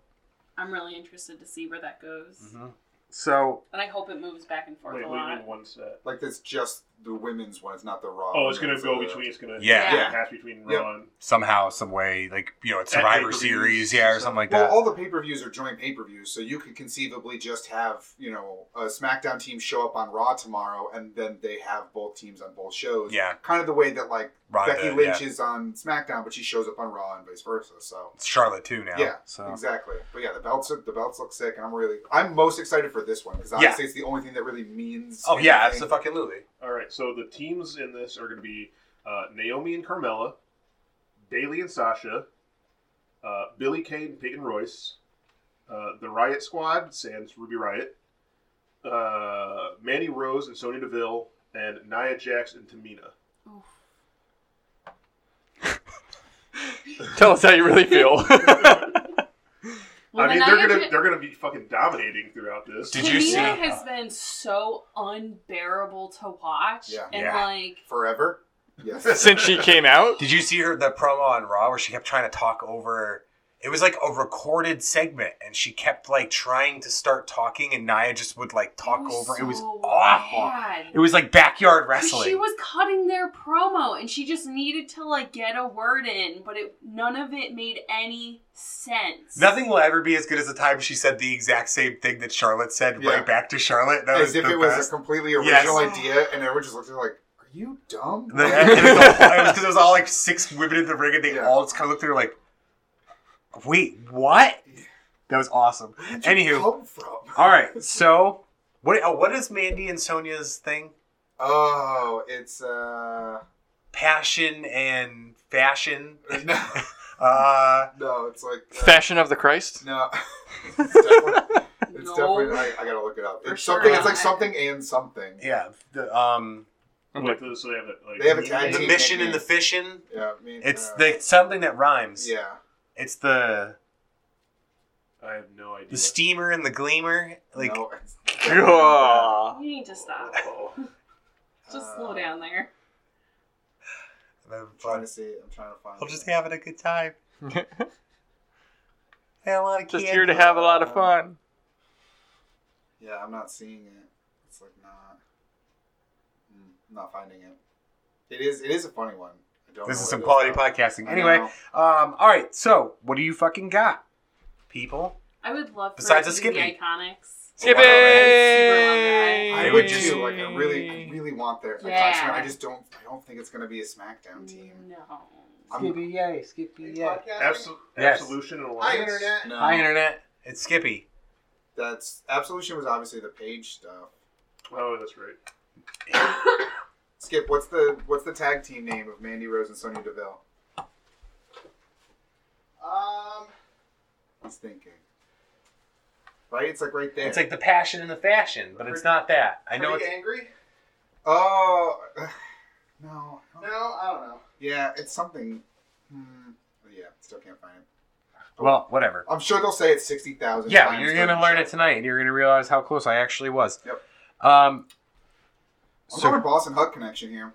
Speaker 5: I'm really interested to see where that goes.
Speaker 4: Mhm. So
Speaker 5: And I hope it moves back and forth
Speaker 2: Wait,
Speaker 5: a
Speaker 2: what do you
Speaker 5: lot.
Speaker 2: mean one set?
Speaker 1: Like that's just the women's one. It's not the Raw.
Speaker 2: Oh, it's gonna
Speaker 1: women's,
Speaker 2: go
Speaker 1: uh,
Speaker 2: between. It's gonna
Speaker 4: Yeah.
Speaker 5: Yeah.
Speaker 2: pass between
Speaker 1: Yep.
Speaker 2: Raw. and
Speaker 4: somehow, some way, like you know, it's
Speaker 2: At
Speaker 4: Survivor
Speaker 2: pay-per-views,
Speaker 4: Series, yeah, or something like
Speaker 1: Well,
Speaker 4: that.
Speaker 1: all the pay per views are joint pay per views, so you could conceivably just have you know a SmackDown team show up on Raw tomorrow, and then they have both teams on both shows.
Speaker 4: Yeah.
Speaker 1: kind of the way that like
Speaker 4: Ronda,
Speaker 1: Becky Lynch is on SmackDown, but she shows up on Raw and vice versa. So
Speaker 4: It's Charlotte too now.
Speaker 1: Yeah,
Speaker 4: So
Speaker 1: exactly. But yeah, the belts are, the belts look sick, and I'm really I'm most excited for this one because honestly, it's the only thing that really means.
Speaker 4: oh yeah,
Speaker 1: anything.
Speaker 4: absolutely.
Speaker 2: All right, so the teams in this are going to be uh, Naomi and Carmella, Bailey and Sasha, uh, Billy Kay and Peyton Royce, uh, the Riot Squad, sans Ruby Riot, uh, Manny Rose and Sonya Deville, and Nia Jax and Tamina.
Speaker 5: Oof.
Speaker 3: Tell us how you really feel.
Speaker 5: Well,
Speaker 2: I mean,
Speaker 5: then
Speaker 2: they're gonna
Speaker 5: get-
Speaker 2: they're gonna be fucking dominating throughout this.
Speaker 4: Did you
Speaker 5: Tamina
Speaker 4: see-
Speaker 5: has been so unbearable to watch.
Speaker 1: Yeah.
Speaker 5: And
Speaker 4: Yeah.
Speaker 5: like
Speaker 1: forever. Yes.
Speaker 3: Since she came out,
Speaker 4: Did you see her the promo on Raw where she kept trying to talk over? It was like a recorded segment, and she kept like trying to start talking, and Nia just would like talk
Speaker 5: it was
Speaker 4: over. it was
Speaker 5: so
Speaker 4: awful.
Speaker 5: bad.
Speaker 4: It was like backyard
Speaker 5: Because
Speaker 4: wrestling.
Speaker 5: She was cutting their promo, and she just needed to like get a word in, but it none of it made any sense.
Speaker 4: Nothing will ever be as good as the time she said the exact same thing that Charlotte said
Speaker 1: Yeah.
Speaker 4: right back to Charlotte. That
Speaker 1: As
Speaker 4: was
Speaker 1: if
Speaker 4: the
Speaker 1: it was a
Speaker 4: best.
Speaker 1: completely
Speaker 4: Yes.
Speaker 1: original idea, and everyone just looked at her like, "Are you dumb?"
Speaker 4: The- and it was because it was all like six women in the ring, and they
Speaker 1: Yeah.
Speaker 4: all just kind of looked at her like, "Wait, what?" That was awesome. Anywho,
Speaker 1: come from?
Speaker 4: all right. So, what oh, what is Mandy and Sonia's thing?
Speaker 1: Oh, it's uh
Speaker 4: Passion and fashion.
Speaker 1: no,
Speaker 4: Uh,
Speaker 1: no, it's like uh,
Speaker 3: Fashion of the Christ.
Speaker 1: no. it's definitely, it's
Speaker 5: No.
Speaker 1: definitely I, I gotta look it up.
Speaker 5: For
Speaker 1: It's something.
Speaker 5: sure.
Speaker 1: It's like something and something.
Speaker 4: yeah. The um
Speaker 2: Like, so they have it. Like,
Speaker 1: They have a tag
Speaker 4: the
Speaker 1: team.
Speaker 4: mission and the fission.
Speaker 1: Yeah, I mean,
Speaker 4: It's
Speaker 1: uh,
Speaker 4: the something that rhymes.
Speaker 1: yeah.
Speaker 4: It's the
Speaker 2: I have no idea.
Speaker 4: the steamer and the gleamer. Like
Speaker 1: no, it's-
Speaker 5: You need to stop.
Speaker 2: Oh.
Speaker 5: Just
Speaker 1: Uh,
Speaker 5: slow down there.
Speaker 1: I'm trying to see. I'm trying to find.
Speaker 4: I'm just
Speaker 1: it.
Speaker 4: having a good time. Had a lot of
Speaker 3: Just
Speaker 4: candy.
Speaker 3: here to have a lot of fun.
Speaker 1: Yeah, I'm not seeing it. It's like not. Mm, I'm not finding it. It is. It is a funny one. I don't know
Speaker 4: This is
Speaker 1: what
Speaker 4: some
Speaker 1: it
Speaker 4: quality
Speaker 1: though.
Speaker 4: podcasting.
Speaker 1: I
Speaker 4: Anyway,
Speaker 1: know.
Speaker 4: um, all right. So, what do you fucking got, people?
Speaker 5: I would love for
Speaker 4: Besides
Speaker 5: it
Speaker 4: a
Speaker 5: to be
Speaker 4: Skippy.
Speaker 5: the iconics.
Speaker 3: Skip
Speaker 4: Wow.
Speaker 3: it!
Speaker 1: I would too. Like I really, I really want their.
Speaker 5: Yeah.
Speaker 1: Yeah. I just don't. I don't think it's gonna be a SmackDown team.
Speaker 5: No.
Speaker 1: I'm-
Speaker 4: yay, Skippy
Speaker 2: Absol-
Speaker 4: Yes.
Speaker 2: Absolution and
Speaker 1: Hi,
Speaker 2: Alliance.
Speaker 1: internet. No,
Speaker 4: Hi, internet. It's Skippy.
Speaker 1: that's Absolution was obviously the page stuff.
Speaker 2: Oh, that's right.
Speaker 1: Skip, what's the what's the tag team name of Mandy Rose and Sonya Deville? Um, he's thinking. Right, it's like right there.
Speaker 4: It's like the passion and the fashion, but it's not that. I know it's.
Speaker 6: angry.
Speaker 1: oh no, I don't-
Speaker 6: No, I don't know.
Speaker 1: yeah, it's something. Hmm. Yeah, still can't find it.
Speaker 4: Well, whatever.
Speaker 1: I'm sure they'll say it's sixty thousand.
Speaker 4: Yeah, you're gonna learn it tonight, and you're gonna realize how close I actually was.
Speaker 1: Yep.
Speaker 4: Um.
Speaker 1: I'm
Speaker 4: So-
Speaker 1: going Boston Hug connection here.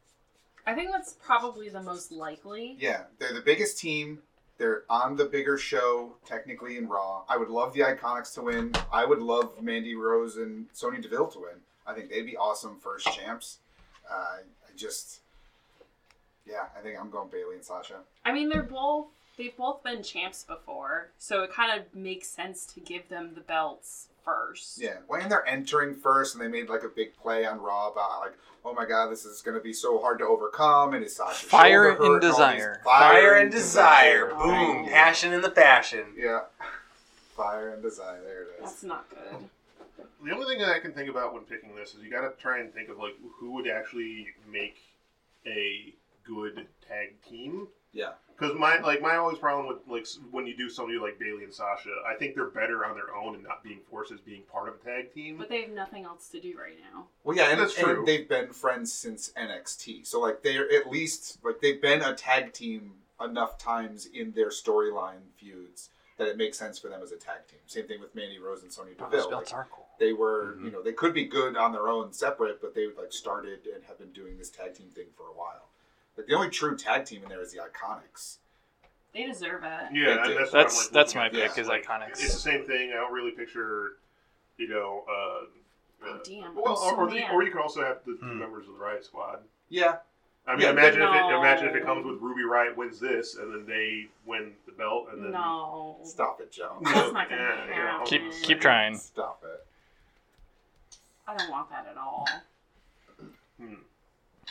Speaker 5: I think that's probably the most likely.
Speaker 1: Yeah, they're the biggest team. They're on the bigger show, technically in Raw. I would love the Iconics to win. I would love Mandy Rose and Sonya Deville to win. I think they'd be awesome first champs. Uh, I just, yeah, I think I'm going Bailey and Sasha.
Speaker 5: I mean, they're both they've both been champs before, so it kind of makes sense to give them the belts first.
Speaker 1: Yeah, well, and they're entering first, and they made like a big play on Raw about like, oh my god, this is going to be so hard to overcome, and it's Sasha.
Speaker 3: Fire and desire.
Speaker 4: Fire and desire.
Speaker 1: Thank
Speaker 4: Boom.
Speaker 1: you.
Speaker 4: Passion and the fashion.
Speaker 1: Yeah, fire and desire. There it is.
Speaker 5: That's not good.
Speaker 2: The only thing that I can think about when picking this is you got to try and think of like who would actually make a good tag team.
Speaker 1: Yeah.
Speaker 2: Because my like my always problem with like s- when you do somebody like Bailey and Sasha, I think they're better on their own and not being forced as being part of a tag team.
Speaker 5: But they have nothing else to do right now.
Speaker 1: Well, yeah, and,
Speaker 2: That's
Speaker 1: and
Speaker 2: true.
Speaker 1: they've been friends since NXT, so like they're at least like they've been a tag team enough times in their storyline feuds that it makes sense for them as a tag team. Same thing with Mandy Rose and Sonya Deville. Like, they were,
Speaker 2: Mm-hmm.
Speaker 1: you know, they could be good on their own, separate, but they like started and have been doing this tag team thing for a while. Like the only true tag team in there is the Iconics.
Speaker 5: They deserve it.
Speaker 2: yeah,
Speaker 1: They do.
Speaker 2: that's what I'm,
Speaker 3: That's-
Speaker 2: like,
Speaker 3: that's
Speaker 2: looking
Speaker 3: my
Speaker 2: at
Speaker 1: pick
Speaker 2: this.
Speaker 3: is
Speaker 2: Like,
Speaker 3: Iconics.
Speaker 2: It's the same thing. I don't really picture, you know. Uh,
Speaker 5: Oh
Speaker 2: uh,
Speaker 5: damn. I'm
Speaker 2: well,
Speaker 5: so
Speaker 2: or, or, the,
Speaker 5: mad.
Speaker 2: or you could also have the two
Speaker 4: Hmm.
Speaker 2: members of the Riot Squad.
Speaker 1: Yeah,
Speaker 2: I mean,
Speaker 1: Yeah,
Speaker 2: imagine if it
Speaker 5: no.
Speaker 2: imagine if it comes with Ruby Riot wins this, and then they win the belt, and then
Speaker 5: no.
Speaker 1: stop it, Joe.
Speaker 5: That's not gonna
Speaker 2: Yeah, yeah.
Speaker 5: happen.
Speaker 3: Keep keep trying.
Speaker 1: stop it.
Speaker 5: I don't want that at all.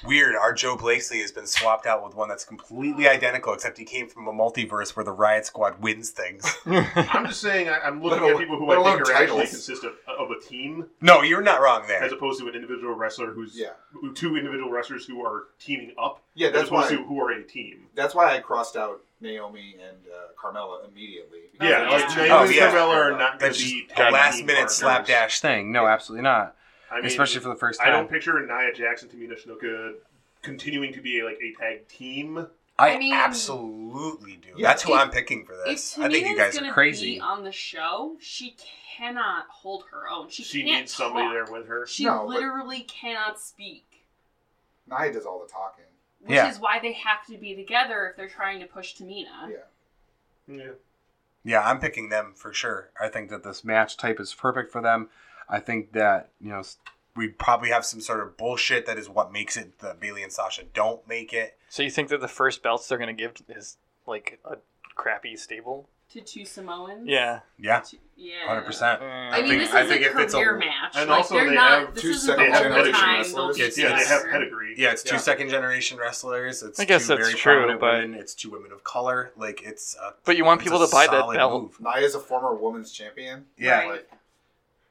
Speaker 4: Weird. Our Joe Blakesley has been swapped out with one that's completely identical, except he came from a multiverse where the Riot Squad wins things.
Speaker 2: I'm just saying I, I'm looking
Speaker 1: Let
Speaker 2: at
Speaker 1: alone-
Speaker 2: people who
Speaker 1: let
Speaker 2: I think
Speaker 1: alone
Speaker 2: are actually
Speaker 1: titles.
Speaker 2: consist of, of a team
Speaker 4: no, you're not wrong there.
Speaker 2: as opposed to an individual wrestler who's
Speaker 1: Yeah.
Speaker 2: who- two individual wrestlers who are teaming up
Speaker 1: Yeah,
Speaker 2: as
Speaker 1: that's
Speaker 2: opposed
Speaker 1: why.
Speaker 2: to who are a team.
Speaker 1: That's why I crossed out Naomi and uh, Carmella immediately. because
Speaker 2: Yeah,
Speaker 1: those
Speaker 2: like
Speaker 1: two-
Speaker 2: Naomi
Speaker 4: Oh,
Speaker 2: and
Speaker 4: yeah.
Speaker 2: Carmella are not going
Speaker 4: That's
Speaker 2: to
Speaker 4: just
Speaker 2: be
Speaker 4: a
Speaker 2: tag
Speaker 4: last
Speaker 2: team
Speaker 4: minute
Speaker 2: partners.
Speaker 4: slapdash thing. No, absolutely not.
Speaker 2: I mean,
Speaker 4: Especially for the first
Speaker 2: I
Speaker 4: time.
Speaker 2: don't picture Nia Jackson, Tamina Snuka continuing to be like a tag team.
Speaker 4: I,
Speaker 5: I mean-
Speaker 4: absolutely do.
Speaker 1: Yeah.
Speaker 4: That's who
Speaker 5: If-
Speaker 4: I'm picking for
Speaker 5: If
Speaker 4: this.
Speaker 5: Tamina's
Speaker 4: I think you guys
Speaker 5: gonna
Speaker 4: are crazy.
Speaker 5: be on the show, she cannot hold her own. She,
Speaker 2: She
Speaker 5: can't
Speaker 2: needs somebody
Speaker 5: talk.
Speaker 2: there with her.
Speaker 5: She
Speaker 1: No, but-
Speaker 5: literally cannot speak.
Speaker 1: Nia does all the talking.
Speaker 5: Which
Speaker 4: Yeah.
Speaker 5: is why they have to be together if they're trying to push Tamina.
Speaker 1: Yeah.
Speaker 2: Yeah.
Speaker 4: Yeah, I'm picking them for sure. I think that this match type is perfect for them. I think that, you know, s- we probably have some sort of bullshit that is what makes it that Bailey and Sasha don't make it.
Speaker 3: So you think that the first belts they're gonna give is like a crappy stable?
Speaker 5: to two Samoans.
Speaker 3: Yeah.
Speaker 4: Yeah,
Speaker 5: To- yeah.
Speaker 4: hundred percent.
Speaker 5: I, mean,
Speaker 4: think-
Speaker 5: this is
Speaker 4: I
Speaker 5: a
Speaker 4: think if it's a-
Speaker 5: career match.
Speaker 2: And
Speaker 5: like,
Speaker 2: also
Speaker 5: they're
Speaker 2: they
Speaker 5: not,
Speaker 2: have
Speaker 5: this
Speaker 1: two
Speaker 5: isn't
Speaker 1: second
Speaker 5: the only
Speaker 1: generation
Speaker 5: time they'll
Speaker 1: wrestlers.
Speaker 5: be
Speaker 4: It's-
Speaker 2: yeah, they have
Speaker 5: together.
Speaker 2: pedigree.
Speaker 4: Yeah, it's two
Speaker 1: Yeah.
Speaker 4: second generation wrestlers. It's
Speaker 3: I guess
Speaker 4: two
Speaker 3: that's
Speaker 4: very
Speaker 3: true,
Speaker 4: prominent
Speaker 3: but-
Speaker 4: women. it's two women of color. Like it's a,
Speaker 3: But you want
Speaker 4: it's
Speaker 3: people
Speaker 4: a
Speaker 3: to buy that
Speaker 4: solid
Speaker 3: belt.
Speaker 4: move.
Speaker 1: Naya's a former women's champion.
Speaker 4: Yeah.
Speaker 5: Right.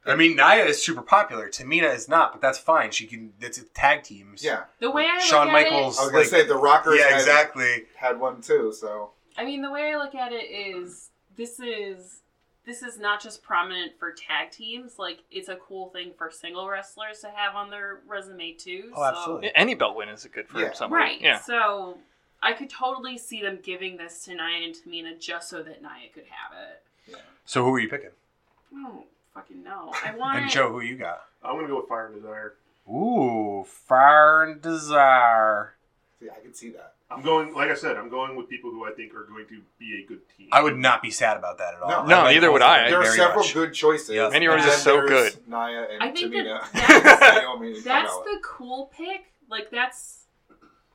Speaker 4: I mean, Naya is super popular. Tamina is not, but that's fine. She can. That's a tag team.
Speaker 1: Yeah.
Speaker 5: The way I
Speaker 4: Shawn
Speaker 5: look at
Speaker 4: Michaels.
Speaker 1: I was going
Speaker 4: Like-
Speaker 1: to say, the Rockers
Speaker 4: Yeah,
Speaker 1: had,
Speaker 4: exactly.
Speaker 1: had one too, so.
Speaker 5: it, I mean, the way I look at it is this is this is not just prominent for tag teams. Like, it's a cool thing for single wrestlers to have on their resume too.
Speaker 4: Oh,
Speaker 5: so.
Speaker 4: absolutely.
Speaker 3: Any belt win is good for
Speaker 1: Yeah.
Speaker 3: somebody.
Speaker 5: Right.
Speaker 3: Yeah.
Speaker 5: So I could totally see them giving this to Naya and Tamina just so that Naya could have it.
Speaker 4: So who are you picking?
Speaker 5: I don't fucking know. I want
Speaker 4: And Joe, who you got?
Speaker 2: I'm gonna go with Fire and Desire.
Speaker 4: Ooh, Fire and Desire.
Speaker 1: Yeah, I can see that.
Speaker 2: I'm going, like I said, I'm going with people who I think are going to be a good team.
Speaker 4: I would not be sad about that at all.
Speaker 1: No.
Speaker 4: I
Speaker 1: No,
Speaker 3: neither
Speaker 4: both
Speaker 3: would
Speaker 4: of them
Speaker 3: I
Speaker 1: there are
Speaker 4: very
Speaker 1: several
Speaker 4: much.
Speaker 1: good choices.
Speaker 4: Yeah.
Speaker 3: Many are
Speaker 1: And
Speaker 3: just
Speaker 1: then
Speaker 3: so
Speaker 1: there's
Speaker 3: good.
Speaker 1: Naya and
Speaker 5: I think
Speaker 1: Tamina.
Speaker 5: that- that's-
Speaker 1: Naomi and
Speaker 5: That's
Speaker 1: Carmella.
Speaker 5: the cool pick. Like that's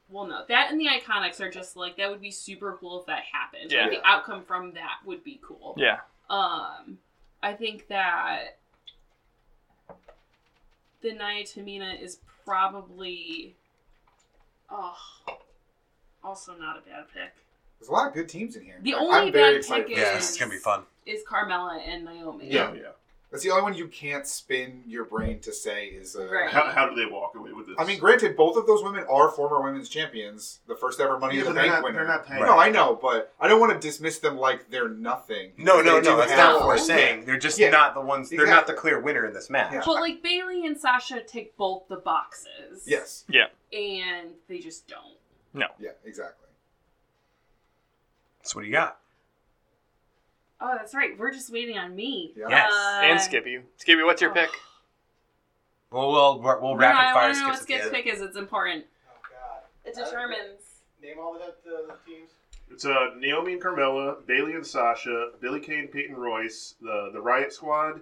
Speaker 5: well no. That and the iconics are just like that would be super cool if that happened.
Speaker 3: Yeah.
Speaker 5: Like, the outcome from that would be cool.
Speaker 3: Yeah.
Speaker 5: Um I think that the Naya Tamina is probably oh also not a bad pick.
Speaker 1: There's a lot of good teams in here.
Speaker 5: The
Speaker 1: Like,
Speaker 5: only
Speaker 1: I'm very
Speaker 5: bad
Speaker 1: excited.
Speaker 5: pick
Speaker 1: for
Speaker 4: Yeah,
Speaker 1: this.
Speaker 4: this is gonna be fun.
Speaker 5: Is Carmella and Naomi.
Speaker 1: Yeah.
Speaker 2: yeah.
Speaker 1: That's the only one you can't spin your brain to say is. Uh,
Speaker 5: Right.
Speaker 2: How, how do they walk away with this?
Speaker 1: I mean, granted, both of those women are former women's champions, the first ever Money
Speaker 2: Yeah,
Speaker 1: in the
Speaker 2: but they're
Speaker 1: Bank
Speaker 2: not-
Speaker 1: winner.
Speaker 2: they're not paying.
Speaker 1: No, I know, but I don't want to dismiss them like they're nothing.
Speaker 4: No, no,
Speaker 1: They do
Speaker 4: no. That's
Speaker 1: have-
Speaker 4: not what we're
Speaker 5: Yeah.
Speaker 4: saying. They're just
Speaker 1: Yeah.
Speaker 4: not the ones. They're not the
Speaker 1: Exactly.
Speaker 4: clear winner in this match.
Speaker 1: Yeah.
Speaker 5: But like Bailey and Sasha tick both the boxes.
Speaker 1: Yes.
Speaker 5: And they just don't.
Speaker 1: Yeah. Exactly.
Speaker 4: So what do you got?
Speaker 5: Oh, that's right. We're just waiting on me.
Speaker 1: Yeah.
Speaker 4: Yes.
Speaker 5: Uh,
Speaker 3: and Skippy. Skippy, what's your
Speaker 5: oh.
Speaker 3: pick?
Speaker 4: Well, we'll we'll
Speaker 5: No,
Speaker 4: rapid
Speaker 5: I
Speaker 4: fire
Speaker 5: want to know what
Speaker 4: skips
Speaker 5: Skip's
Speaker 4: at the end.
Speaker 5: pick is. It's important.
Speaker 6: Oh God.
Speaker 5: It determines.
Speaker 6: Name all the, the teams.
Speaker 2: It's uh, Naomi and Carmella, Bailey and Sasha, Billy Kane, Peyton Royce, the the Riot Squad,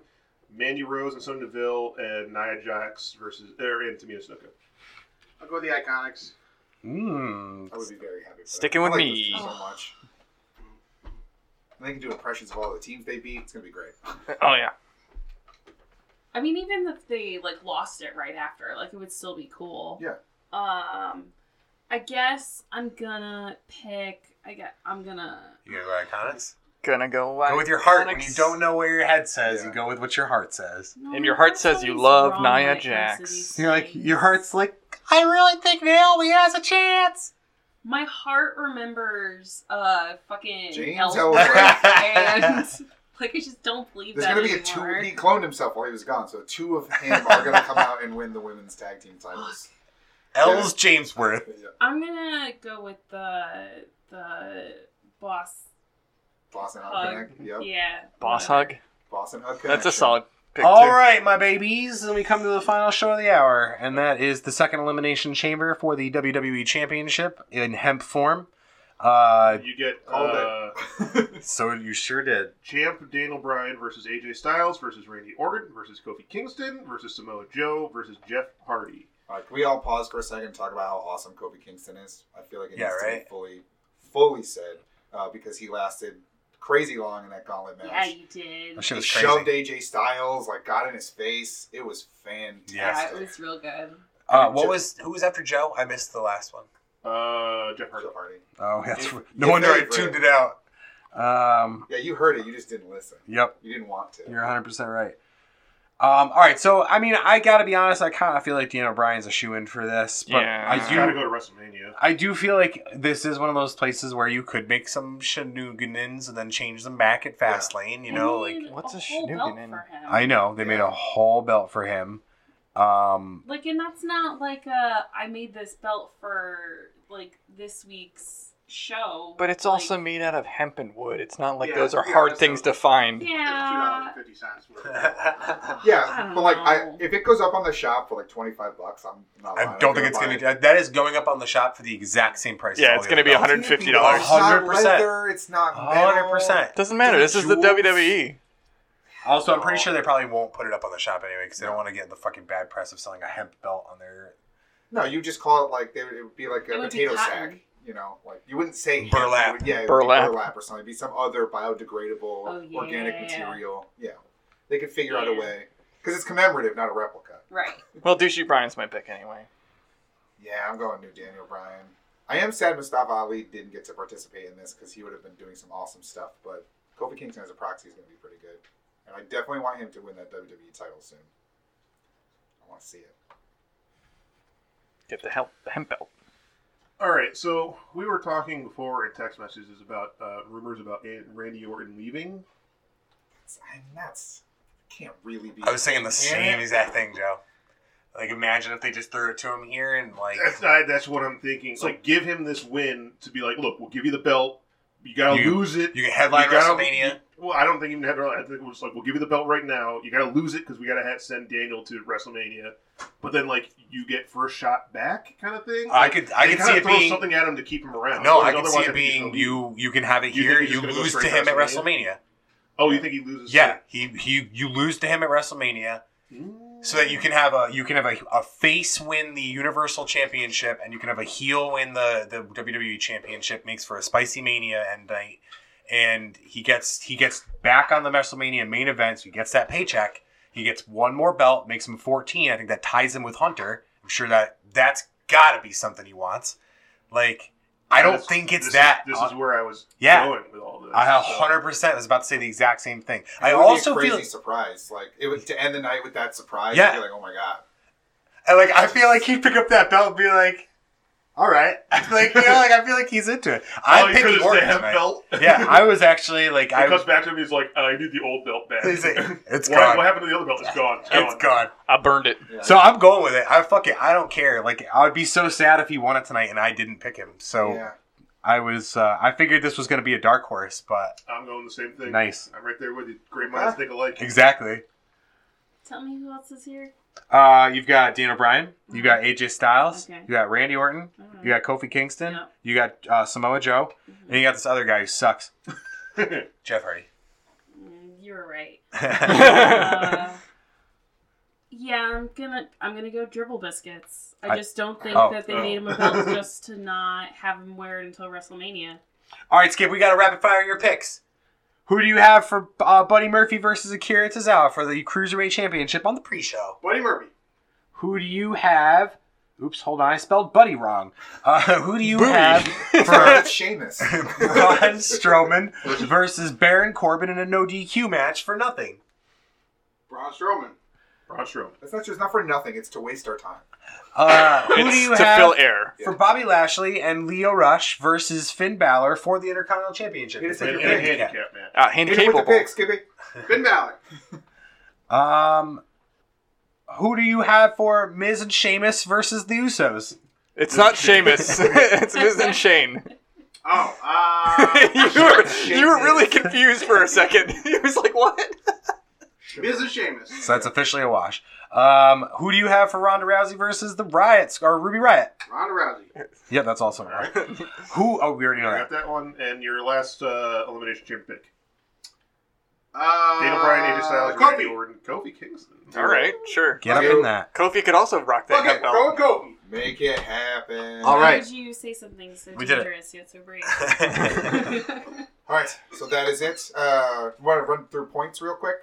Speaker 2: Mandy Rose and Sonya Deville, and Nia Jax versus er, and Tamina Snuka.
Speaker 6: I'll go with the Iconics.
Speaker 4: Mm.
Speaker 1: I would be very happy. with that.
Speaker 3: Sticking with
Speaker 1: I like
Speaker 3: me.
Speaker 1: This team so much. And They can do impressions of all the teams they beat. It's gonna be great.
Speaker 3: Oh yeah.
Speaker 5: I mean, even if they like lost it right after, like it would still be cool.
Speaker 1: Yeah.
Speaker 5: Um, I guess I'm gonna pick. I got. I'm gonna.
Speaker 4: You gonna go iconics?
Speaker 3: Gonna go.
Speaker 4: Go with your heart. When
Speaker 3: Iconics.
Speaker 4: you don't know where your head says,
Speaker 1: Yeah.
Speaker 4: you go with what your heart says.
Speaker 5: No,
Speaker 3: And
Speaker 5: my
Speaker 3: your heart
Speaker 5: heart's
Speaker 3: says you
Speaker 5: always
Speaker 3: love
Speaker 5: wrong
Speaker 3: Nia
Speaker 5: when it comes to
Speaker 3: Jax.
Speaker 5: these
Speaker 4: You're like
Speaker 5: things.
Speaker 4: your heart's like, I really think Naomi has a chance.
Speaker 5: My heart remembers uh fucking
Speaker 1: James
Speaker 5: Ellsworth
Speaker 4: Ellsworth.
Speaker 5: and like I just don't believe
Speaker 1: There's
Speaker 5: that
Speaker 1: gonna be a two.
Speaker 5: anymore.
Speaker 1: He cloned himself while he was gone, so two of him are gonna come out and win the women's tag team titles.
Speaker 4: L's Jamesworth.
Speaker 1: Yeah.
Speaker 5: I'm gonna go with the the boss.
Speaker 1: Boston Hug
Speaker 5: Hug.
Speaker 1: Connect. Yep.
Speaker 5: Yeah.
Speaker 3: Boss
Speaker 5: whatever.
Speaker 3: hug.
Speaker 1: Boston Hug Connect.
Speaker 3: That's a solid pick.
Speaker 4: All
Speaker 3: too.
Speaker 4: right, my babies, and we come to the final show of the hour, and that is the second elimination chamber for the WWE Championship in hemp form. Uh,
Speaker 2: You get
Speaker 1: Called
Speaker 2: uh,
Speaker 4: so you sure did.
Speaker 2: Champ Daniel Bryan versus AJ Styles versus Randy Orton versus Kofi Kingston versus Samoa Joe versus Jeff Hardy.
Speaker 1: All right, can we all pause for a second and talk about how awesome Kobe Kingston is? I feel like it
Speaker 4: Yeah,
Speaker 1: needs to
Speaker 4: right.
Speaker 1: be fully, fully said uh, because he lasted crazy long in that gauntlet match.
Speaker 5: Yeah, you did.
Speaker 3: Oh,
Speaker 4: That shit
Speaker 1: he
Speaker 4: was
Speaker 1: shoved
Speaker 4: crazy.
Speaker 1: AJ Styles, like got in his face. It was fantastic.
Speaker 5: Yeah, it was real good.
Speaker 4: Uh, what was who was after Joe? I missed the last one.
Speaker 2: Uh, Jeff Hardy.
Speaker 1: Jeff Hardy.
Speaker 4: Oh, that's
Speaker 1: You-
Speaker 4: no
Speaker 1: you
Speaker 4: wonder I
Speaker 1: favorite.
Speaker 4: tuned it out. Um,
Speaker 1: Yeah, you heard it. You just didn't listen.
Speaker 4: yep.
Speaker 1: You didn't want to.
Speaker 4: You're 100 percent right. Um, all right, so I mean, I gotta be honest. I kind of feel like Daniel Bryan's a shoe in for this, but
Speaker 3: Yeah.
Speaker 4: I
Speaker 2: Gotta
Speaker 4: do,
Speaker 2: go to WrestleMania.
Speaker 4: I do feel like this is one of those places where you could make some shenanigans and then change them back at Fastlane. You know,
Speaker 5: I
Speaker 4: like
Speaker 5: made
Speaker 3: what's a
Speaker 5: whole
Speaker 3: schnookin'
Speaker 5: belt
Speaker 3: in?
Speaker 5: for him.
Speaker 4: I know they made a whole belt for him. Um,
Speaker 5: Like, and that's not like a I made this belt for like this week's show.
Speaker 3: But it's also
Speaker 5: Like,
Speaker 3: made out of hemp and wood. It's not like
Speaker 6: Yeah,
Speaker 3: those are
Speaker 6: yeah,
Speaker 3: hard
Speaker 6: that's
Speaker 3: things
Speaker 6: a-
Speaker 3: to find.
Speaker 5: yeah.
Speaker 6: It's $2.50 worth.
Speaker 5: I
Speaker 1: Yeah,
Speaker 5: don't
Speaker 1: but like, I,
Speaker 5: know.
Speaker 1: if it goes up on the shop for like twenty five bucks, I'm not. lying.
Speaker 4: I
Speaker 1: I'm
Speaker 4: don't think
Speaker 1: gonna
Speaker 4: it's
Speaker 1: buy
Speaker 4: gonna.
Speaker 1: it.
Speaker 4: That is going up on the shop for the exact same price. as
Speaker 3: Yeah,
Speaker 4: all
Speaker 3: it's
Speaker 4: the
Speaker 3: gonna
Speaker 4: other
Speaker 3: be
Speaker 4: belts.
Speaker 3: $100. $150.
Speaker 1: It's not
Speaker 4: 100%.
Speaker 1: leather, It's not metal.
Speaker 4: 100%.
Speaker 3: Doesn't matter. This is the E.
Speaker 1: Jewels.
Speaker 3: WWE.
Speaker 4: Also, I'm pretty sure they probably won't put it up on the shop anyway because they don't want to get the fucking bad press of selling a hemp belt on their.
Speaker 1: No, you just call it like they would, it would be like a
Speaker 5: It would be
Speaker 1: potato
Speaker 5: cotton.
Speaker 1: sack. you know, like you wouldn't say hemp,
Speaker 4: Burlap.
Speaker 1: you would- yeah, it would be
Speaker 3: Burlap.
Speaker 1: burlap or something. It'd be some other biodegradable
Speaker 5: Oh, yeah.
Speaker 1: organic material. Yeah, they could figure out a
Speaker 5: Yeah.
Speaker 1: way because it's commemorative, not a replica.
Speaker 5: Right.
Speaker 3: Well, Douchey Bryan's my pick anyway.
Speaker 1: Yeah, I'm going new Daniel Bryan. I am sad Mustafa Ali didn't get to participate in this because he would have been doing some awesome stuff. But Kofi Kingston as a proxy is going to be pretty good, and I definitely want him to win that WWE title soon. I want to see it.
Speaker 3: Get the hemp, the hemp belt.
Speaker 2: All right, so we were talking before in text messages about uh, rumors about A- Randy Orton leaving.
Speaker 1: It's, I'm nuts. Can't really be.
Speaker 4: I was saying the same
Speaker 1: Yeah.
Speaker 4: exact thing, Joe. Like, imagine if they just threw it to him here and like
Speaker 2: That's I, that's what I'm thinking.
Speaker 4: So-
Speaker 2: like, give him this win to be like, look, we'll give you the belt. You gotta
Speaker 4: You-
Speaker 2: lose it.
Speaker 4: you can headline
Speaker 2: You gotta-
Speaker 4: WrestleMania.
Speaker 2: Well, I don't think even had. I think it was like we'll give you the belt right now. You gotta lose it because we gotta have, send Daniel to WrestleMania. But then like you get first shot back kind of thing.
Speaker 4: I
Speaker 2: Like,
Speaker 4: could I
Speaker 2: they
Speaker 4: could
Speaker 2: kinda
Speaker 4: see it
Speaker 2: throw
Speaker 4: being
Speaker 2: something at him to keep him around.
Speaker 4: no. I
Speaker 2: Otherwise-
Speaker 4: could see
Speaker 2: otherwise
Speaker 4: it
Speaker 2: think he's
Speaker 4: being
Speaker 2: gonna
Speaker 4: you. You can have it
Speaker 2: You
Speaker 4: here.
Speaker 2: think he's
Speaker 4: You
Speaker 2: gonna go
Speaker 4: lose to
Speaker 2: straight
Speaker 4: him at
Speaker 2: WrestleMania?
Speaker 4: WrestleMania.
Speaker 2: Oh, you think he loses?
Speaker 4: Yeah, he he you lose to him at WrestleMania.
Speaker 2: Mm.
Speaker 4: so that you can have a you can have a, a face win the universal championship and you can have a heel win the the WWE championship makes for a spicy mania and night and he gets he gets back on the WrestleMania main events he gets that paycheck he gets one more belt makes him 14 I think that ties him with Hunter I'm sure that that's got to be something he wants like I don't
Speaker 2: This-
Speaker 4: think it's
Speaker 2: this
Speaker 4: that
Speaker 2: Is, this is where I was
Speaker 4: Yeah.
Speaker 2: going with all this.
Speaker 4: I
Speaker 2: so.
Speaker 4: 100% was about to say the exact same thing I
Speaker 1: It would be
Speaker 4: also
Speaker 1: a crazy
Speaker 4: feel
Speaker 1: surprise. Like it would to end the night with that surprise.
Speaker 4: Yeah.
Speaker 1: Yeah, like oh my god.
Speaker 4: And like I feel like he'd pick up that belt and be like, "All right," like you know, like I feel like he's into it.
Speaker 2: Oh,
Speaker 4: I'm
Speaker 2: because
Speaker 4: picking
Speaker 2: it's
Speaker 4: Orton
Speaker 2: the hemp
Speaker 4: tonight.
Speaker 2: belt.
Speaker 4: Yeah, I was actually like,
Speaker 2: He
Speaker 4: I
Speaker 2: comes back to him. He's like, "I need the old belt back."
Speaker 4: He's like, "It's
Speaker 2: what,
Speaker 4: gone.
Speaker 2: What happened to the other belt? It's gone. It's gone.
Speaker 4: it's gone.
Speaker 3: I burned it.
Speaker 1: Yeah.
Speaker 4: So I'm going with it. I fuck it. I don't care. Like I would be so sad if he won it tonight and I didn't pick him. So
Speaker 1: yeah,
Speaker 4: I was, uh, I figured this was going to be a dark horse, but
Speaker 2: I'm going the same thing.
Speaker 4: nice,
Speaker 2: I'm right there with you. Great minds think alike.
Speaker 4: exactly.
Speaker 5: Tell me who else is here.
Speaker 4: Uh, you've got Dan O'Brien, you got AJ Styles,
Speaker 5: Okay.
Speaker 4: you got Randy Orton,
Speaker 5: I don't know.
Speaker 4: you got Kofi Kingston,
Speaker 5: Yep.
Speaker 4: you got uh, Samoa Joe,
Speaker 5: Mhm.
Speaker 4: and you got this other guy who sucks,
Speaker 2: Jeff
Speaker 4: Jeff Hardy.
Speaker 5: Mm, You were right.
Speaker 4: oh,
Speaker 5: Uh, yeah, I'm gonna I'm gonna go dribble biscuits. I,
Speaker 4: I-
Speaker 5: just don't think
Speaker 4: Oh.
Speaker 5: that they
Speaker 2: Oh.
Speaker 5: made him a belt just to not have him wear it until WrestleMania.
Speaker 4: All right, Skip, we got to rapid fire your picks. Who do you have for uh, Buddy Murphy versus Akira Tozawa for the Cruiserweight Championship on the pre-show?
Speaker 6: Buddy Murphy.
Speaker 4: Who do you have? Oops, hold on, I spelled Buddy wrong. Uh, who do you have for
Speaker 1: It's Sheamus.
Speaker 4: Braun Strowman versus Baron Corbin in a no DQ match for nothing?
Speaker 6: Braun Strowman.
Speaker 2: Braun Strowman.
Speaker 1: That's not just not for nothing. It's to waste our time.
Speaker 4: Uh, who
Speaker 3: it's
Speaker 4: do you
Speaker 3: to
Speaker 4: have
Speaker 3: fill air.
Speaker 4: for Bobby Lashley and Leo Rush versus Finn Balor for the Intercontinental Championship?
Speaker 1: Hit us
Speaker 2: In,
Speaker 1: with
Speaker 2: in
Speaker 1: your
Speaker 2: a handicap match.
Speaker 3: Uh, hand
Speaker 1: Hit it with the
Speaker 3: capable.
Speaker 1: pick, Skippy.
Speaker 6: Finn Balor.
Speaker 4: Um, who do you have for Miz and Sheamus versus the Usos?
Speaker 3: It's not Seamus. it's Miz and Shane.
Speaker 6: Oh, uh,
Speaker 3: you, were, you were really confused for a second. He was like, what?
Speaker 6: Miz and Sheamus.
Speaker 4: So that's officially a wash. Um, who do you have for Ronda Rousey versus the Riots or Ruby Riot?
Speaker 6: Ronda Rousey.
Speaker 4: Yeah, that's also a wash. Who? Oh, we already know
Speaker 2: I
Speaker 4: that.
Speaker 2: got that one. And your last uh, elimination chamber pick.
Speaker 6: Uh,
Speaker 2: Dana Bryan, AJ Styles, Randy
Speaker 6: Kofi.
Speaker 2: Orton, Kofi Kingston.
Speaker 3: All right, sure.
Speaker 4: Get up in that.
Speaker 3: Kofi could also rock that
Speaker 6: Fuck it.
Speaker 3: hemp
Speaker 6: Go
Speaker 3: belt.
Speaker 6: with Kofi.
Speaker 1: Make it happen.
Speaker 4: All
Speaker 5: Why
Speaker 4: right.
Speaker 5: Did you say something so
Speaker 4: We did it.
Speaker 5: dangerous yet so brave?
Speaker 1: All right, so that is it. Uh, want to run through points real quick?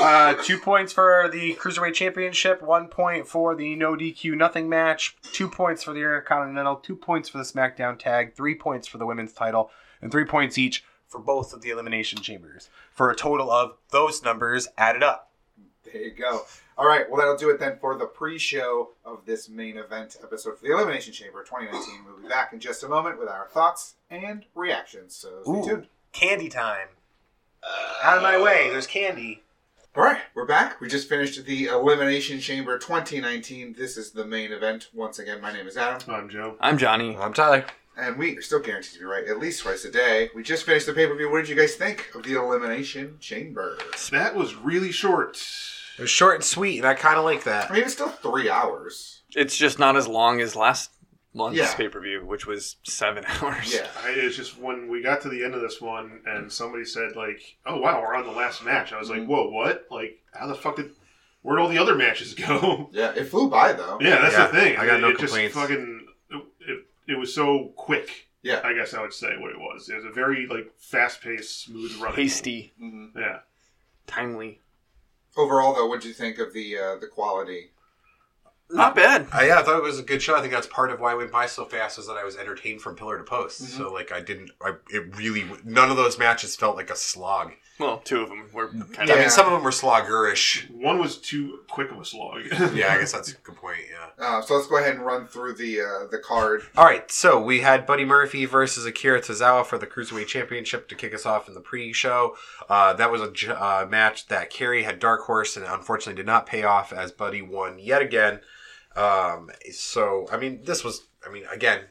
Speaker 4: uh, two points for the Cruiserweight Championship, one point for the No DQ Nothing match, two points for the Intercontinental, two points for the SmackDown tag, three points for the women's title, and three points each for both of the Elimination Chambers, for a total of those numbers added up.
Speaker 1: There you go. All right, well, that'll do it then for the pre show of this main event episode for the Elimination Chamber 2019. We'll be back in just a moment with our thoughts and reactions, so stay
Speaker 4: Ooh,
Speaker 1: tuned.
Speaker 4: Candy time. Out of my way. There's candy.
Speaker 1: All right, we're back. We just finished the Elimination Chamber 2019. This is the main event. Once again, my name is Adam.
Speaker 2: I'm Joe.
Speaker 3: I'm Johnny.
Speaker 4: I'm Tyler.
Speaker 1: And we are still guaranteed to be right at least twice a day. We just finished the pay per view. What did you guys think of the Elimination Chamber?
Speaker 2: That was really short.
Speaker 4: It was short and sweet, and I kind of like
Speaker 1: I
Speaker 4: that.
Speaker 1: mean, it's still three hours.
Speaker 7: It's just not as long as last month's
Speaker 1: Yeah.
Speaker 7: pay per view, which was seven hours.
Speaker 1: Yeah.
Speaker 2: I, it's just when we got to the end of this one and somebody said like, "Oh wow, we're on the last match." I was
Speaker 4: Mm-hmm.
Speaker 2: like, "Whoa, what? Like, how the fuck did? Where'd all the other matches go?"
Speaker 1: Yeah, it flew by though.
Speaker 2: yeah, that's
Speaker 4: Yeah,
Speaker 2: the thing.
Speaker 4: I got
Speaker 2: It-
Speaker 4: no
Speaker 2: it
Speaker 4: complaints.
Speaker 2: Just fucking, it, it was so quick.
Speaker 1: Yeah.
Speaker 2: I guess I would say what it was. It was a very like fast-paced, smooth running.
Speaker 7: Hasty,
Speaker 1: hmm
Speaker 2: Yeah.
Speaker 7: timely.
Speaker 1: Overall, though, what do you think of the uh, the quality?
Speaker 7: Not bad.
Speaker 4: Uh, yeah, I thought it was a good show. I think that's part of why I went by so fast was that I was entertained from pillar to post. So like I didn't, I it really none of those matches felt like a slog.
Speaker 7: Well, two of them were kind
Speaker 4: I
Speaker 1: Yeah.
Speaker 4: mean, some of them were sloggerish.
Speaker 2: One was too quick of a slog.
Speaker 4: Yeah, I guess that's a good point. Yeah.
Speaker 1: Uh, so let's go ahead and run through the uh, the card.
Speaker 4: All right, so we had Buddy Murphy versus Akira Tozawa for the Cruiserweight Championship to kick us off in the pre-show. Uh, that was a j- uh, match that Kerry had Dark Horse and unfortunately did not pay off as Buddy won yet again. Um, so I mean, this was I mean again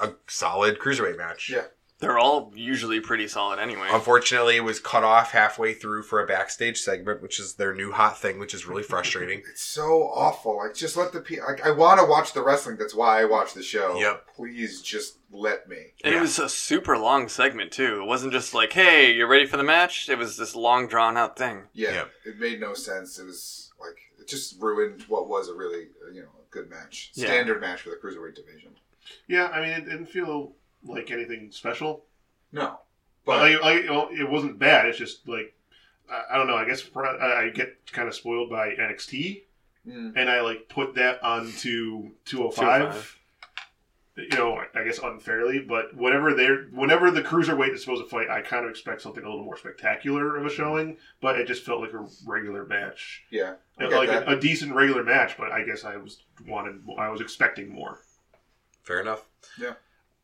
Speaker 4: a solid Cruiserweight match.
Speaker 1: Yeah.
Speaker 7: of. They're all usually pretty solid anyway.
Speaker 4: Unfortunately, it was cut off halfway through for a backstage segment, which is their new hot thing, which is really frustrating.
Speaker 1: It's so awful. Like, just let the people. Like, I want to watch the wrestling. That's why I watch the show.
Speaker 4: Yep.
Speaker 1: Please just let me.
Speaker 7: And
Speaker 4: Yeah.
Speaker 7: it was a super long segment too. It wasn't just like, "Hey, you ready for the match?" It was this long, drawn out thing.
Speaker 1: Yeah.
Speaker 4: Yep.
Speaker 1: It made no sense. It was like it just ruined what was a really uh, you know a good match,
Speaker 7: Yeah.
Speaker 1: standard match for the cruiserweight division.
Speaker 2: yeah, I mean, it didn't feel like anything special.
Speaker 1: No.
Speaker 2: But
Speaker 1: But
Speaker 2: like, like, well, it wasn't bad. It's just like I, I don't know. I guess pro- I I get kind of spoiled by NXT,
Speaker 1: Mm.
Speaker 2: and I like put that onto 205.
Speaker 7: 205.
Speaker 2: You know, I- I guess unfairly, but whenever they're whenever the cruiserweight is supposed to fight, I kind of expect something a little more spectacular
Speaker 1: Mm-hmm.
Speaker 2: of a showing. But it just felt like a regular match,
Speaker 1: yeah, I get
Speaker 2: like
Speaker 1: that.
Speaker 2: a, a decent regular match. But I guess I was wanted, I was expecting more.
Speaker 4: Fair enough.
Speaker 1: Yeah.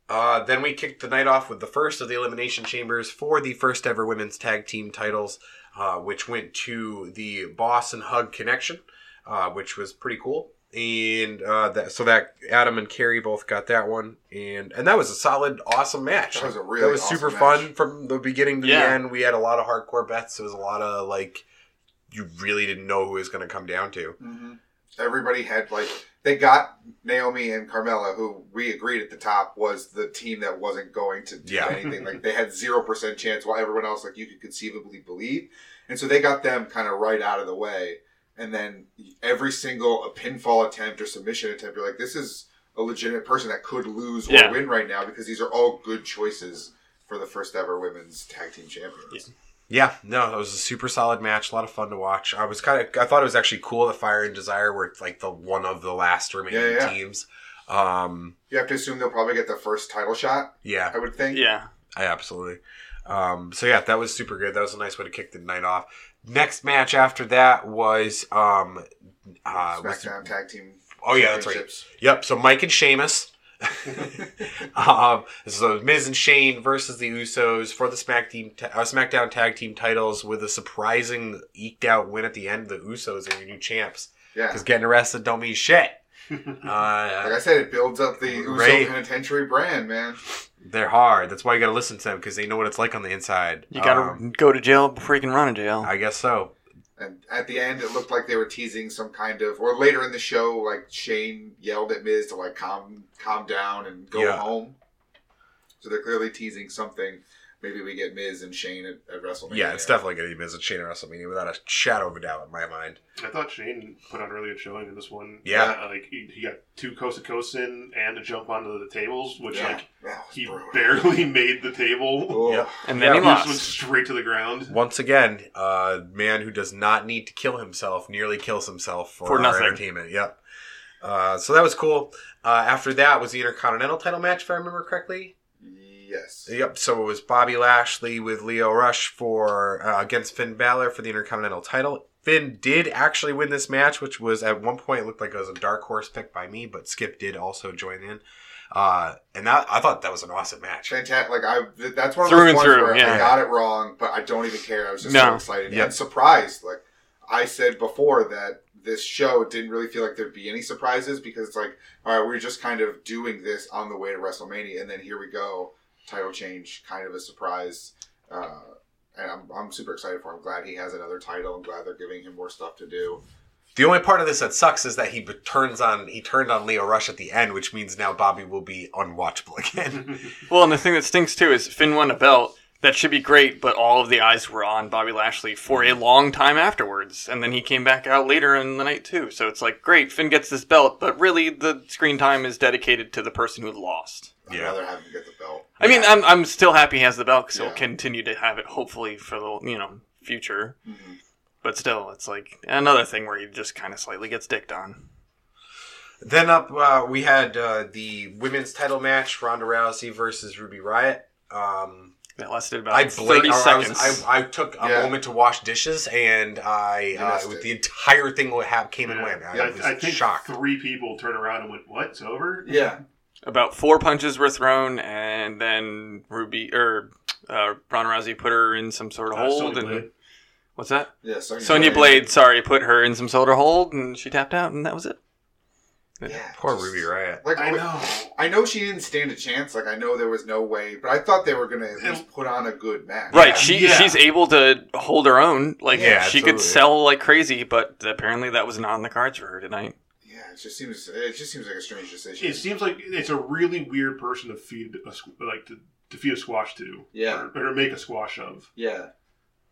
Speaker 4: Uh, then we kicked the night off with the first of the Elimination Chambers for the first ever women's tag team titles, uh, which went to the Boss and Hug Connection, uh, which was pretty cool. And uh, that, so that Adam and Carrie both got that one, and and that was a solid, awesome match.
Speaker 1: That was a really
Speaker 4: that was
Speaker 1: awesome
Speaker 4: super
Speaker 1: match.
Speaker 4: fun from the beginning to the
Speaker 7: Yeah.
Speaker 4: end. We had a lot of hardcore bets. It was a lot of like you really didn't know who it was going to come down to.
Speaker 1: hmm Everybody had like they got Naomi and Carmella, who we agreed at the top was the team that wasn't going to do
Speaker 4: Yeah.
Speaker 1: anything. Like they had zero percent chance, while everyone else like you could conceivably believe. And so they got them kind of right out of the way. And then every single pinfall attempt or submission attempt, you're like, this is a legitimate person that could lose or
Speaker 7: Yeah.
Speaker 1: win right now because these are all good choices for the first ever women's tag team champions.
Speaker 4: Yeah, no, it was a super solid match. A lot of fun to watch. I was kind of, I thought it was actually cool that Fire and Desire were like the one of the last remaining
Speaker 1: Yeah, yeah.
Speaker 4: teams. Um,
Speaker 1: You have to assume they'll probably get the first title shot,
Speaker 4: yeah,
Speaker 1: I would think.
Speaker 7: Yeah,
Speaker 4: I absolutely. Um, so yeah, that was super good. That was a nice way to kick the night off. Next match after that was, um, uh, was-
Speaker 1: SmackDown tag team.
Speaker 4: oh yeah, that's right.
Speaker 1: championships.
Speaker 4: Yep. So Mike and Sheamus. um, so Miz and Shane versus the Usos for the Smack Team ta- uh, SmackDown Tag Team titles with a surprising eked out win at the end. The Usos are your new champs
Speaker 1: Yeah.
Speaker 4: because getting arrested don't mean shit.
Speaker 1: Like
Speaker 4: Uh,
Speaker 1: I said, it builds up the
Speaker 4: Right.
Speaker 1: Uso penitentiary brand, man.
Speaker 4: they're hard. That's why you got to listen to them because they know what it's like on the inside.
Speaker 7: you gotta
Speaker 4: Um,
Speaker 7: go to jail before you can run a jail.
Speaker 4: I guess so.
Speaker 1: And at the end, it looked like they were teasing some kind of, or later in the show, like Shane yelled at Miz to like calm, calm down and go
Speaker 4: Yeah.
Speaker 1: home. So they're clearly teasing something. Maybe we get Miz and Shane at, at WrestleMania.
Speaker 4: Yeah, it's definitely gonna be Miz and Shane at WrestleMania without a shadow of a doubt in my mind.
Speaker 2: I thought Shane put on a really good showing in this one.
Speaker 4: Yeah.
Speaker 2: Uh, like he, he got two coast to coast in and a jump onto the tables, which
Speaker 1: Yeah.
Speaker 2: like
Speaker 1: That was
Speaker 2: he
Speaker 1: brutal.
Speaker 2: barely made the table.
Speaker 1: Oh,
Speaker 4: Yep.
Speaker 7: and
Speaker 4: yeah,
Speaker 7: then he
Speaker 2: He just went
Speaker 7: lost.
Speaker 2: straight to the ground.
Speaker 4: Once again, a uh, man who does not need to kill himself nearly kills himself for,
Speaker 7: For
Speaker 4: our
Speaker 7: nothing.
Speaker 4: entertainment. Yep. Uh, so that was cool. Uh, after that was the Intercontinental title match, if I remember correctly.
Speaker 1: Yes.
Speaker 4: Yep. So it was Bobby Lashley with Leo Rush for uh, against Finn Balor for the Intercontinental title. Finn did actually win this match, which was at one point looked like it was a dark horse pick by me, but Skip did also join in. Uh, and that I thought that was an awesome match.
Speaker 1: Fantastic. Like I, th- that's one of
Speaker 7: Through
Speaker 1: those
Speaker 7: and
Speaker 1: ones
Speaker 7: through,
Speaker 1: where I
Speaker 7: yeah.
Speaker 1: got it wrong, but I don't even care. I was just so
Speaker 7: No.
Speaker 1: excited
Speaker 4: Yep.
Speaker 1: and surprised. Like I said before, that this show didn't really feel like there'd be any surprises because it's like, all right, we're just kind of doing this on the way to WrestleMania, and then here we go, title change, kind of a surprise. Uh, and I'm, I'm super excited for him. glad he has another title. I'm glad they're giving him more stuff to do.
Speaker 4: The only part of this that sucks is that he be- turns on he turned on Leo Rush at the end, which means now Bobby will be unwatchable again.
Speaker 7: Well, and the thing that stinks too is Finn won a belt. That should be great, but all of the eyes were on Bobby Lashley for a long time afterwards, and then he came back out later in the night too. So it's like, great, Finn gets this belt, but really the screen time is dedicated to the person who lost.
Speaker 1: I'd
Speaker 4: Yeah.
Speaker 1: rather have him get the belt.
Speaker 3: I mean, I'm I'm still happy he has the belt because
Speaker 1: Yeah.
Speaker 3: he'll continue to have it hopefully for the you know future.
Speaker 1: Mhm.
Speaker 3: But still, it's like another thing where he just kind of slightly gets dicked on.
Speaker 4: Then up, uh, we had uh, the women's title match: Ronda Rousey versus Ruby Riot. Um,
Speaker 3: That lasted about
Speaker 4: I
Speaker 3: thirty
Speaker 4: blanked. I, was-
Speaker 3: seconds.
Speaker 4: I, I took a
Speaker 1: Yeah.
Speaker 4: moment to wash dishes, and I
Speaker 1: You missed
Speaker 4: uh,
Speaker 1: it.
Speaker 4: the entire thing would have came and went. I
Speaker 2: Yeah,
Speaker 4: was
Speaker 2: I, I think
Speaker 4: shocked.
Speaker 2: three people turned around and went, "What? It's over?"
Speaker 1: Yeah.
Speaker 3: about four punches were thrown, and then Ruby or uh, Ronda Rousey put her in some sort of
Speaker 2: Uh,
Speaker 3: hold.
Speaker 2: Sonya
Speaker 3: and
Speaker 2: Blade.
Speaker 3: what's that?
Speaker 1: Yeah. Sonya,
Speaker 3: Sonya Blade, sorry, put her in some sort of hold, and she tapped out, and that was it.
Speaker 1: Yeah,
Speaker 4: Poor
Speaker 1: just-
Speaker 4: Ruby Riot.
Speaker 1: Like
Speaker 2: I
Speaker 1: I know.
Speaker 2: know.
Speaker 1: I know she didn't stand a chance. Like I know there was no way, but I thought they were gonna at least put on a good match.
Speaker 3: Right, she
Speaker 2: Yeah.
Speaker 3: she's able to hold her own. Like
Speaker 4: Yeah,
Speaker 3: she
Speaker 4: absolutely.
Speaker 3: could sell like crazy, but apparently that was not on the cards for her tonight.
Speaker 1: Yeah. It just seems. It just seems like a strange decision.
Speaker 2: It seems like it's a really weird person to feed a squ- like to, to feed a squash to,
Speaker 1: Yeah.
Speaker 2: or, or make a squash of.
Speaker 1: Yeah.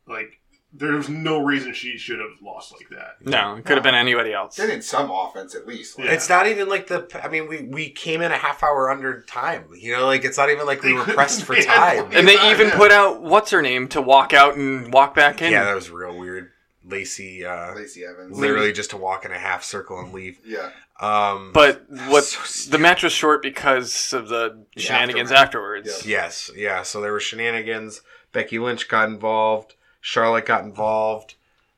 Speaker 2: Like there's no reason she should have lost like that.
Speaker 3: No, it could have been anybody else.
Speaker 1: They did some offense at least. Like,
Speaker 2: Yeah.
Speaker 4: It's not even like the. I mean, we we came in a half hour under time. You know, like it's not even like we
Speaker 2: They
Speaker 4: were
Speaker 2: couldn't-
Speaker 4: pressed for
Speaker 2: they had
Speaker 4: time.
Speaker 2: one.
Speaker 3: And they
Speaker 2: Yeah.
Speaker 3: even put out what's her name to walk out and walk back in.
Speaker 4: Yeah, that was real weird. Lacey, uh,
Speaker 1: Lacey Evans.
Speaker 4: literally just to walk in a half circle and leave.
Speaker 1: Yeah.
Speaker 4: Um,
Speaker 3: but what
Speaker 4: So stupid.
Speaker 3: the match was short because of the
Speaker 1: The
Speaker 3: shenanigans
Speaker 1: aftermath.
Speaker 3: afterwards.
Speaker 1: Yeah.
Speaker 4: Yes, yeah. So there were shenanigans. Becky Lynch got involved. Charlotte got involved.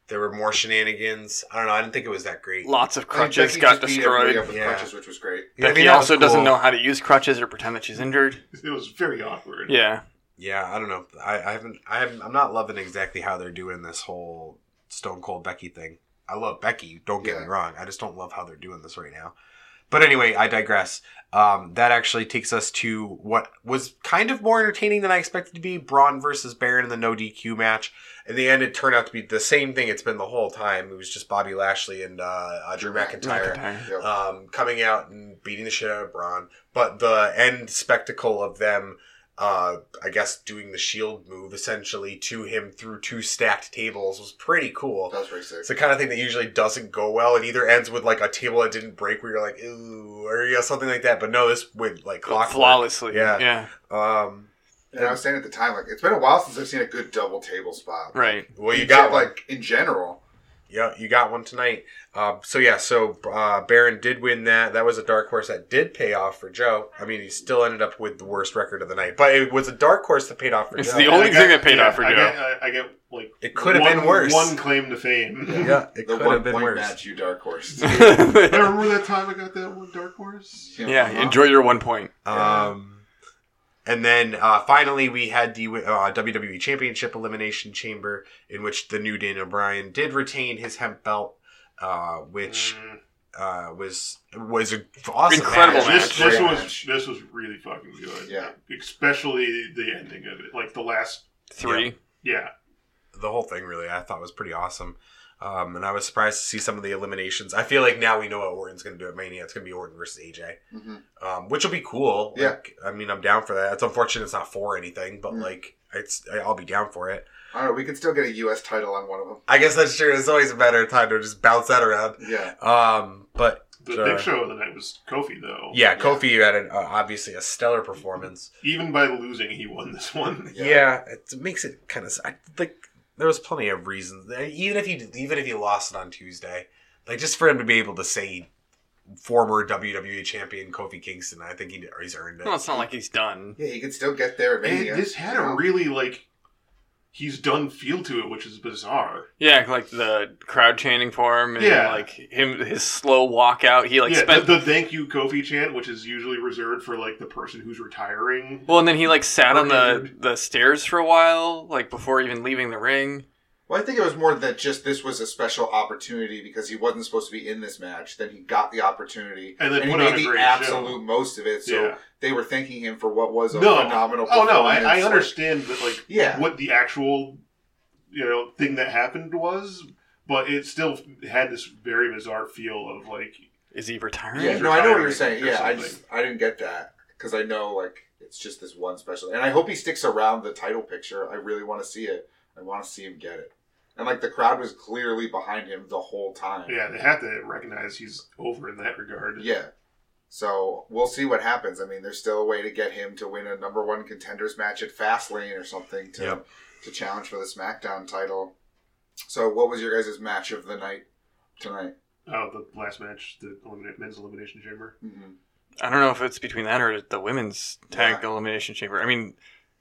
Speaker 4: There were more shenanigans. I don't know. I didn't think it was that great.
Speaker 3: Lots
Speaker 1: I
Speaker 3: of
Speaker 1: mean,
Speaker 3: crutches
Speaker 1: Becky
Speaker 3: got
Speaker 1: just beat everybody
Speaker 3: destroyed.
Speaker 1: Up with
Speaker 4: Yeah.
Speaker 1: crutches, which was great.
Speaker 4: Yeah, I mean,
Speaker 3: Becky
Speaker 4: that was
Speaker 3: also doesn't
Speaker 4: cool.
Speaker 3: know how to use crutches or pretend that she's injured.
Speaker 2: It was very awkward.
Speaker 3: Yeah.
Speaker 4: Yeah, I don't know. I, I haven't. I haven't, I'm not loving exactly how they're doing this whole Stone Cold Becky thing. I love Becky. Don't get me
Speaker 1: Yeah.
Speaker 4: wrong. I just don't love how they're doing this right now. But anyway, I digress. Um, that actually takes us to what was kind of more entertaining than I expected to be: Braun versus Baron in the no DQ match. In the end, it turned out to be the same thing it's been the whole time. It was just Bobby Lashley and uh, uh, Drew McIntyre
Speaker 3: McIntyre.
Speaker 1: Yep.
Speaker 4: um, coming out and beating the shit out of Braun. But the end spectacle of them, uh, I guess, doing the shield move essentially to him through two stacked tables was pretty cool.
Speaker 1: that was pretty sick.
Speaker 4: It's the kind of thing that usually doesn't go well. It either ends with like a table that didn't break where you're like, ooh, or you know, something like that. But no, this went like clockwork.
Speaker 3: Flawlessly.
Speaker 4: Yeah.
Speaker 3: Yeah.
Speaker 4: Um,
Speaker 1: And I was saying at the time, like it's been a while since I've seen a good double table spot.
Speaker 3: Right.
Speaker 4: well, you got like,
Speaker 1: like in general.
Speaker 4: yeah, you got one tonight. Uh, so yeah, so uh, Baron did win that. That was a dark horse that did pay off for Joe. I mean, he still ended up with the worst record of the night, but it was a dark horse that paid off for
Speaker 3: It's
Speaker 4: Joe.
Speaker 3: the
Speaker 2: And
Speaker 3: only
Speaker 2: I
Speaker 3: thing that paid off for
Speaker 2: I
Speaker 3: Joe.
Speaker 2: get, I, I get like
Speaker 4: It could have
Speaker 2: one-
Speaker 4: been worse.
Speaker 2: One claim to fame.
Speaker 4: yeah, it
Speaker 1: The
Speaker 4: could
Speaker 1: one
Speaker 4: have been
Speaker 1: point
Speaker 4: worse.
Speaker 1: match, you dark horse.
Speaker 2: I
Speaker 3: yeah.
Speaker 2: remember that time I got that one dark horse.
Speaker 1: Uh-huh.
Speaker 3: Enjoy your one point.
Speaker 4: Um, and then uh, finally, we had the uh, WWE Championship Elimination Chamber, in which the new Daniel Bryan did retain his hemp belt, uh, which
Speaker 2: Mm.
Speaker 4: uh, was was an awesome
Speaker 3: Incredible
Speaker 4: match.
Speaker 2: This, this
Speaker 1: Great
Speaker 2: was
Speaker 1: match.
Speaker 2: this was really fucking good.
Speaker 1: Yeah.
Speaker 2: Especially the ending of it, like the last.
Speaker 3: Three.
Speaker 2: Yeah.
Speaker 4: the whole thing really I thought was pretty awesome. Um, and I was surprised to see some of the eliminations. I feel like now we know what Orton's going to do at Mania. It's going to be Orton versus AJ,
Speaker 1: hmm
Speaker 4: um, which will be cool.
Speaker 1: Yeah.
Speaker 4: Like, I mean, I'm down for that. It's unfortunate it's not for anything, but
Speaker 1: Mm.
Speaker 4: like, it's I'll be down for it.
Speaker 1: I don't know. We could still get a U.S. title on one of them.
Speaker 4: I guess that's true. It's always a better time to just bounce that around.
Speaker 1: Yeah.
Speaker 4: Um, but
Speaker 2: The
Speaker 4: Sure.
Speaker 2: big show of the night was Kofi, though.
Speaker 4: yeah, Kofi had an, uh, obviously a stellar performance.
Speaker 2: Even by losing, he won this one.
Speaker 1: Yeah.
Speaker 4: Yeah, it makes it kind of like there was plenty of reasons. Even if he even if he lost it on Tuesday, like just for him to be able to say former WWE champion Kofi Kingston, I think he did- he's earned it.
Speaker 3: Well, it's not like he's done.
Speaker 1: Yeah, he could still get there at
Speaker 2: And
Speaker 1: Mania.
Speaker 2: this had a really like he's done feel to it, which is bizarre.
Speaker 3: Yeah, like the crowd chanting for him, and
Speaker 2: Yeah.
Speaker 3: like him, his slow walk out. He like
Speaker 2: yeah,
Speaker 3: spent
Speaker 2: the, the thank you Kofi chant, which is usually reserved for like the person who's retiring.
Speaker 3: well, and then he like sat on the
Speaker 2: Injured.
Speaker 3: the stairs for a while, like before even leaving the ring.
Speaker 1: Well, I think it was more that just this was a special opportunity because he wasn't supposed to be in this match. Then he got the opportunity,
Speaker 2: And they
Speaker 1: he
Speaker 2: put on a
Speaker 1: made the
Speaker 2: great
Speaker 1: absolute
Speaker 2: show.
Speaker 1: most of it. So
Speaker 2: Yeah.
Speaker 1: they were thanking him for what was a
Speaker 2: No.
Speaker 1: phenomenal.
Speaker 2: Oh no, I, I
Speaker 1: performance.
Speaker 2: understand that like
Speaker 1: Yeah.
Speaker 2: what the actual you know thing that happened was, but it still had this very bizarre feel of like
Speaker 3: Is he retiring?
Speaker 1: Yeah, no, I know what you're
Speaker 2: retiring
Speaker 1: saying.
Speaker 2: or
Speaker 1: Yeah, I
Speaker 2: something.
Speaker 1: just I didn't get that because I know like it's just this one special, and I hope he sticks around the title picture. I really want to see it. I want to see him get it, and like the crowd was clearly behind him the whole time.
Speaker 2: yeah, they have to recognize he's over in that regard.
Speaker 1: yeah. So we'll see what happens. I mean, there's still a way to get him to win a number one contenders match at Fastlane or something to
Speaker 4: Yep.
Speaker 1: to challenge for the SmackDown title. So, what was your guys' match of the night tonight?
Speaker 2: Oh, the last match, the elimina- men's elimination chamber.
Speaker 1: Mm-hmm.
Speaker 7: I don't know if it's between that or the women's tag
Speaker 1: Yeah.
Speaker 7: elimination chamber. I mean,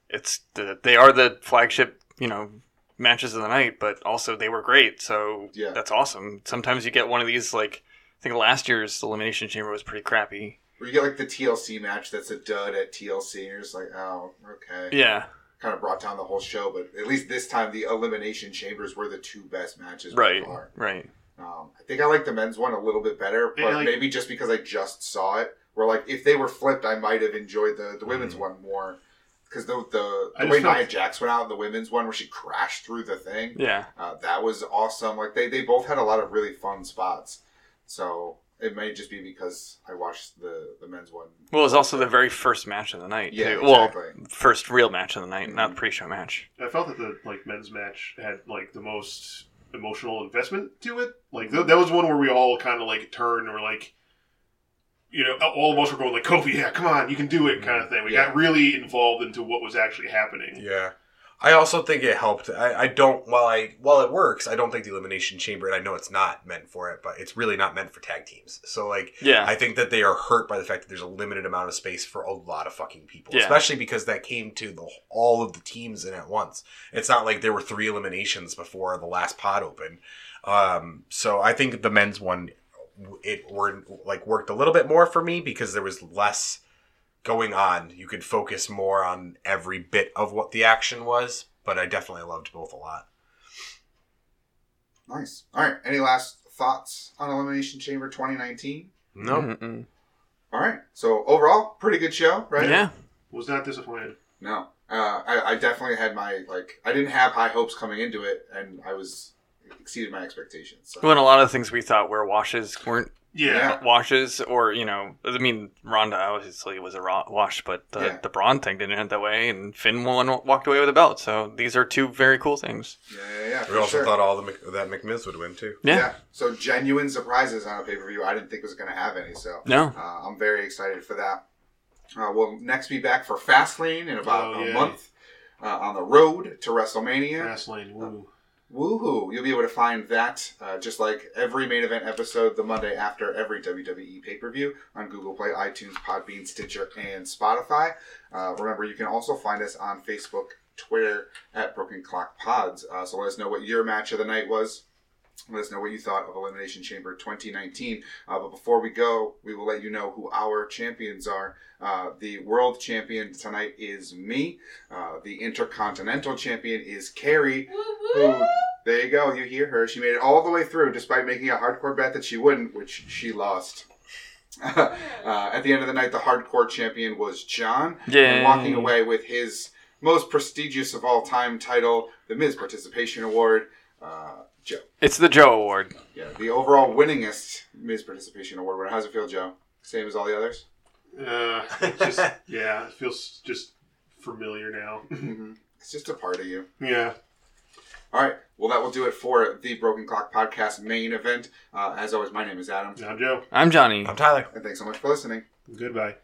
Speaker 7: it's the, they are the flagship, you know, matches of the night, but also they were great. So
Speaker 1: Yeah.
Speaker 7: that's awesome. Sometimes you get one of these like I think last year's elimination chamber was pretty crappy.
Speaker 1: Where you get like the TLC match that's a dud at TLC, and you're just like, oh, okay.
Speaker 7: Yeah,
Speaker 1: Kind of brought down the whole show, but at least this time the Elimination Chambers were the two best matches by
Speaker 7: right,
Speaker 1: far.
Speaker 7: right.
Speaker 1: Um, I think I like the men's one a little bit better, but
Speaker 2: Yeah, like-
Speaker 1: maybe just because I just saw it. Where like if they were flipped, I might have enjoyed the the women's one more because the the,
Speaker 2: Mm-hmm. I
Speaker 1: the
Speaker 2: just
Speaker 1: way
Speaker 2: felt-
Speaker 1: Nia Jax went out in the women's one where she crashed through the thing.
Speaker 7: Yeah,
Speaker 1: Uh, that was awesome. Like they, they both had a lot of really fun spots. So it may just be because I watched the the men's one.
Speaker 7: Well, it was also the very first match of the night.
Speaker 1: Yeah,
Speaker 7: too. Well,
Speaker 1: exactly.
Speaker 7: first real match of the night, not the pre-show match.
Speaker 2: I felt that the like men's match had like the most emotional investment to it. Like th- that was one where we all kind of like turned and were like, you know, all of us were going like, Kofi, yeah, come on, you can do it, kind of thing. We
Speaker 1: Mm-hmm. Yeah.
Speaker 2: got really involved into what was actually happening.
Speaker 4: Yeah. I also think it helped. I, I don't while I while it works, I don't think the elimination chamber and I know it's not meant for it, but it's really not meant for tag teams. So like
Speaker 7: Yeah,
Speaker 4: I think that they are hurt by the fact that there's a limited amount of space for a lot of fucking people,
Speaker 7: Yeah.
Speaker 4: especially because that came to the, all of the teams in at once. It's not like there were three eliminations before the last pod opened. Um, so I think the men's one it were like worked a little bit more for me because there was less going on. You could focus more on every bit of what the action was, but I definitely loved both a lot.
Speaker 1: Nice. All right. Any last thoughts on Elimination Chamber 2019?
Speaker 4: No,
Speaker 7: Mm-mm.
Speaker 1: All right. So overall, pretty good show, right?
Speaker 7: Yeah,
Speaker 2: Was not disappointed.
Speaker 1: No, uh, I, I definitely had my like. I didn't have high hopes coming into it, and I was exceeded my expectations. So.
Speaker 7: well, and a lot of things we thought were washes weren't
Speaker 2: Yeah,
Speaker 7: washes, or you know, I mean, Ronda obviously was a ro- wash, but the
Speaker 1: Yeah.
Speaker 7: the Braun thing didn't end that way, and Finn won, walked away with a belt. So these are two very cool things.
Speaker 1: Yeah, yeah, yeah.
Speaker 4: we
Speaker 1: for
Speaker 4: also
Speaker 1: sure.
Speaker 4: thought all the Mc- that McMiz would win too.
Speaker 7: Yeah.
Speaker 1: So genuine surprises on a pay per view. I didn't think was going to have any. So
Speaker 7: No.
Speaker 1: Uh, I'm very excited for that. Uh, we'll next be back for Fastlane in about
Speaker 2: Oh,
Speaker 1: a
Speaker 2: yay.
Speaker 1: month uh, on the road to WrestleMania.
Speaker 2: Fastlane, woo.
Speaker 1: Woohoo! You'll be able to find that, uh, just like every main event episode, the Monday after every WWE pay per view on Google Play, iTunes, Podbean, Stitcher, and Spotify. Uh, remember, you can also find us on Facebook, Twitter, at Broken Clock Pods. Uh, so let us know what your match of the night was. Let us know what you thought of Elimination Chamber 2019. Uh, but before we go, we will let you know who our champions are. Uh, the world champion tonight is me. Uh, the intercontinental champion is Carrie.
Speaker 5: Woo-hoo!
Speaker 1: Who, there you go. You hear her. She made it all the way through, despite making a hardcore bet that she wouldn't, which she lost. uh, at the end of the night, the hardcore champion was John,
Speaker 7: Yeah.
Speaker 1: and walking away with his most prestigious of all time title, the Miz Participation Award. Uh, Joe,
Speaker 7: It's the Joe Award.
Speaker 1: yeah, the overall winningest Miz Participation Award winner. How's it feel, Joe? Same as all the others.
Speaker 2: Uh, it's just yeah, it feels just familiar now.
Speaker 1: Mm-hmm. It's just a part of you.
Speaker 2: yeah,
Speaker 1: All right. Well, that will do it for the Broken Clock Podcast main event. Uh, as always, my name is Adam,
Speaker 2: now Joe,
Speaker 7: I'm Johnny.
Speaker 4: I'm Tyler.
Speaker 1: and thanks so much for listening.
Speaker 2: goodbye.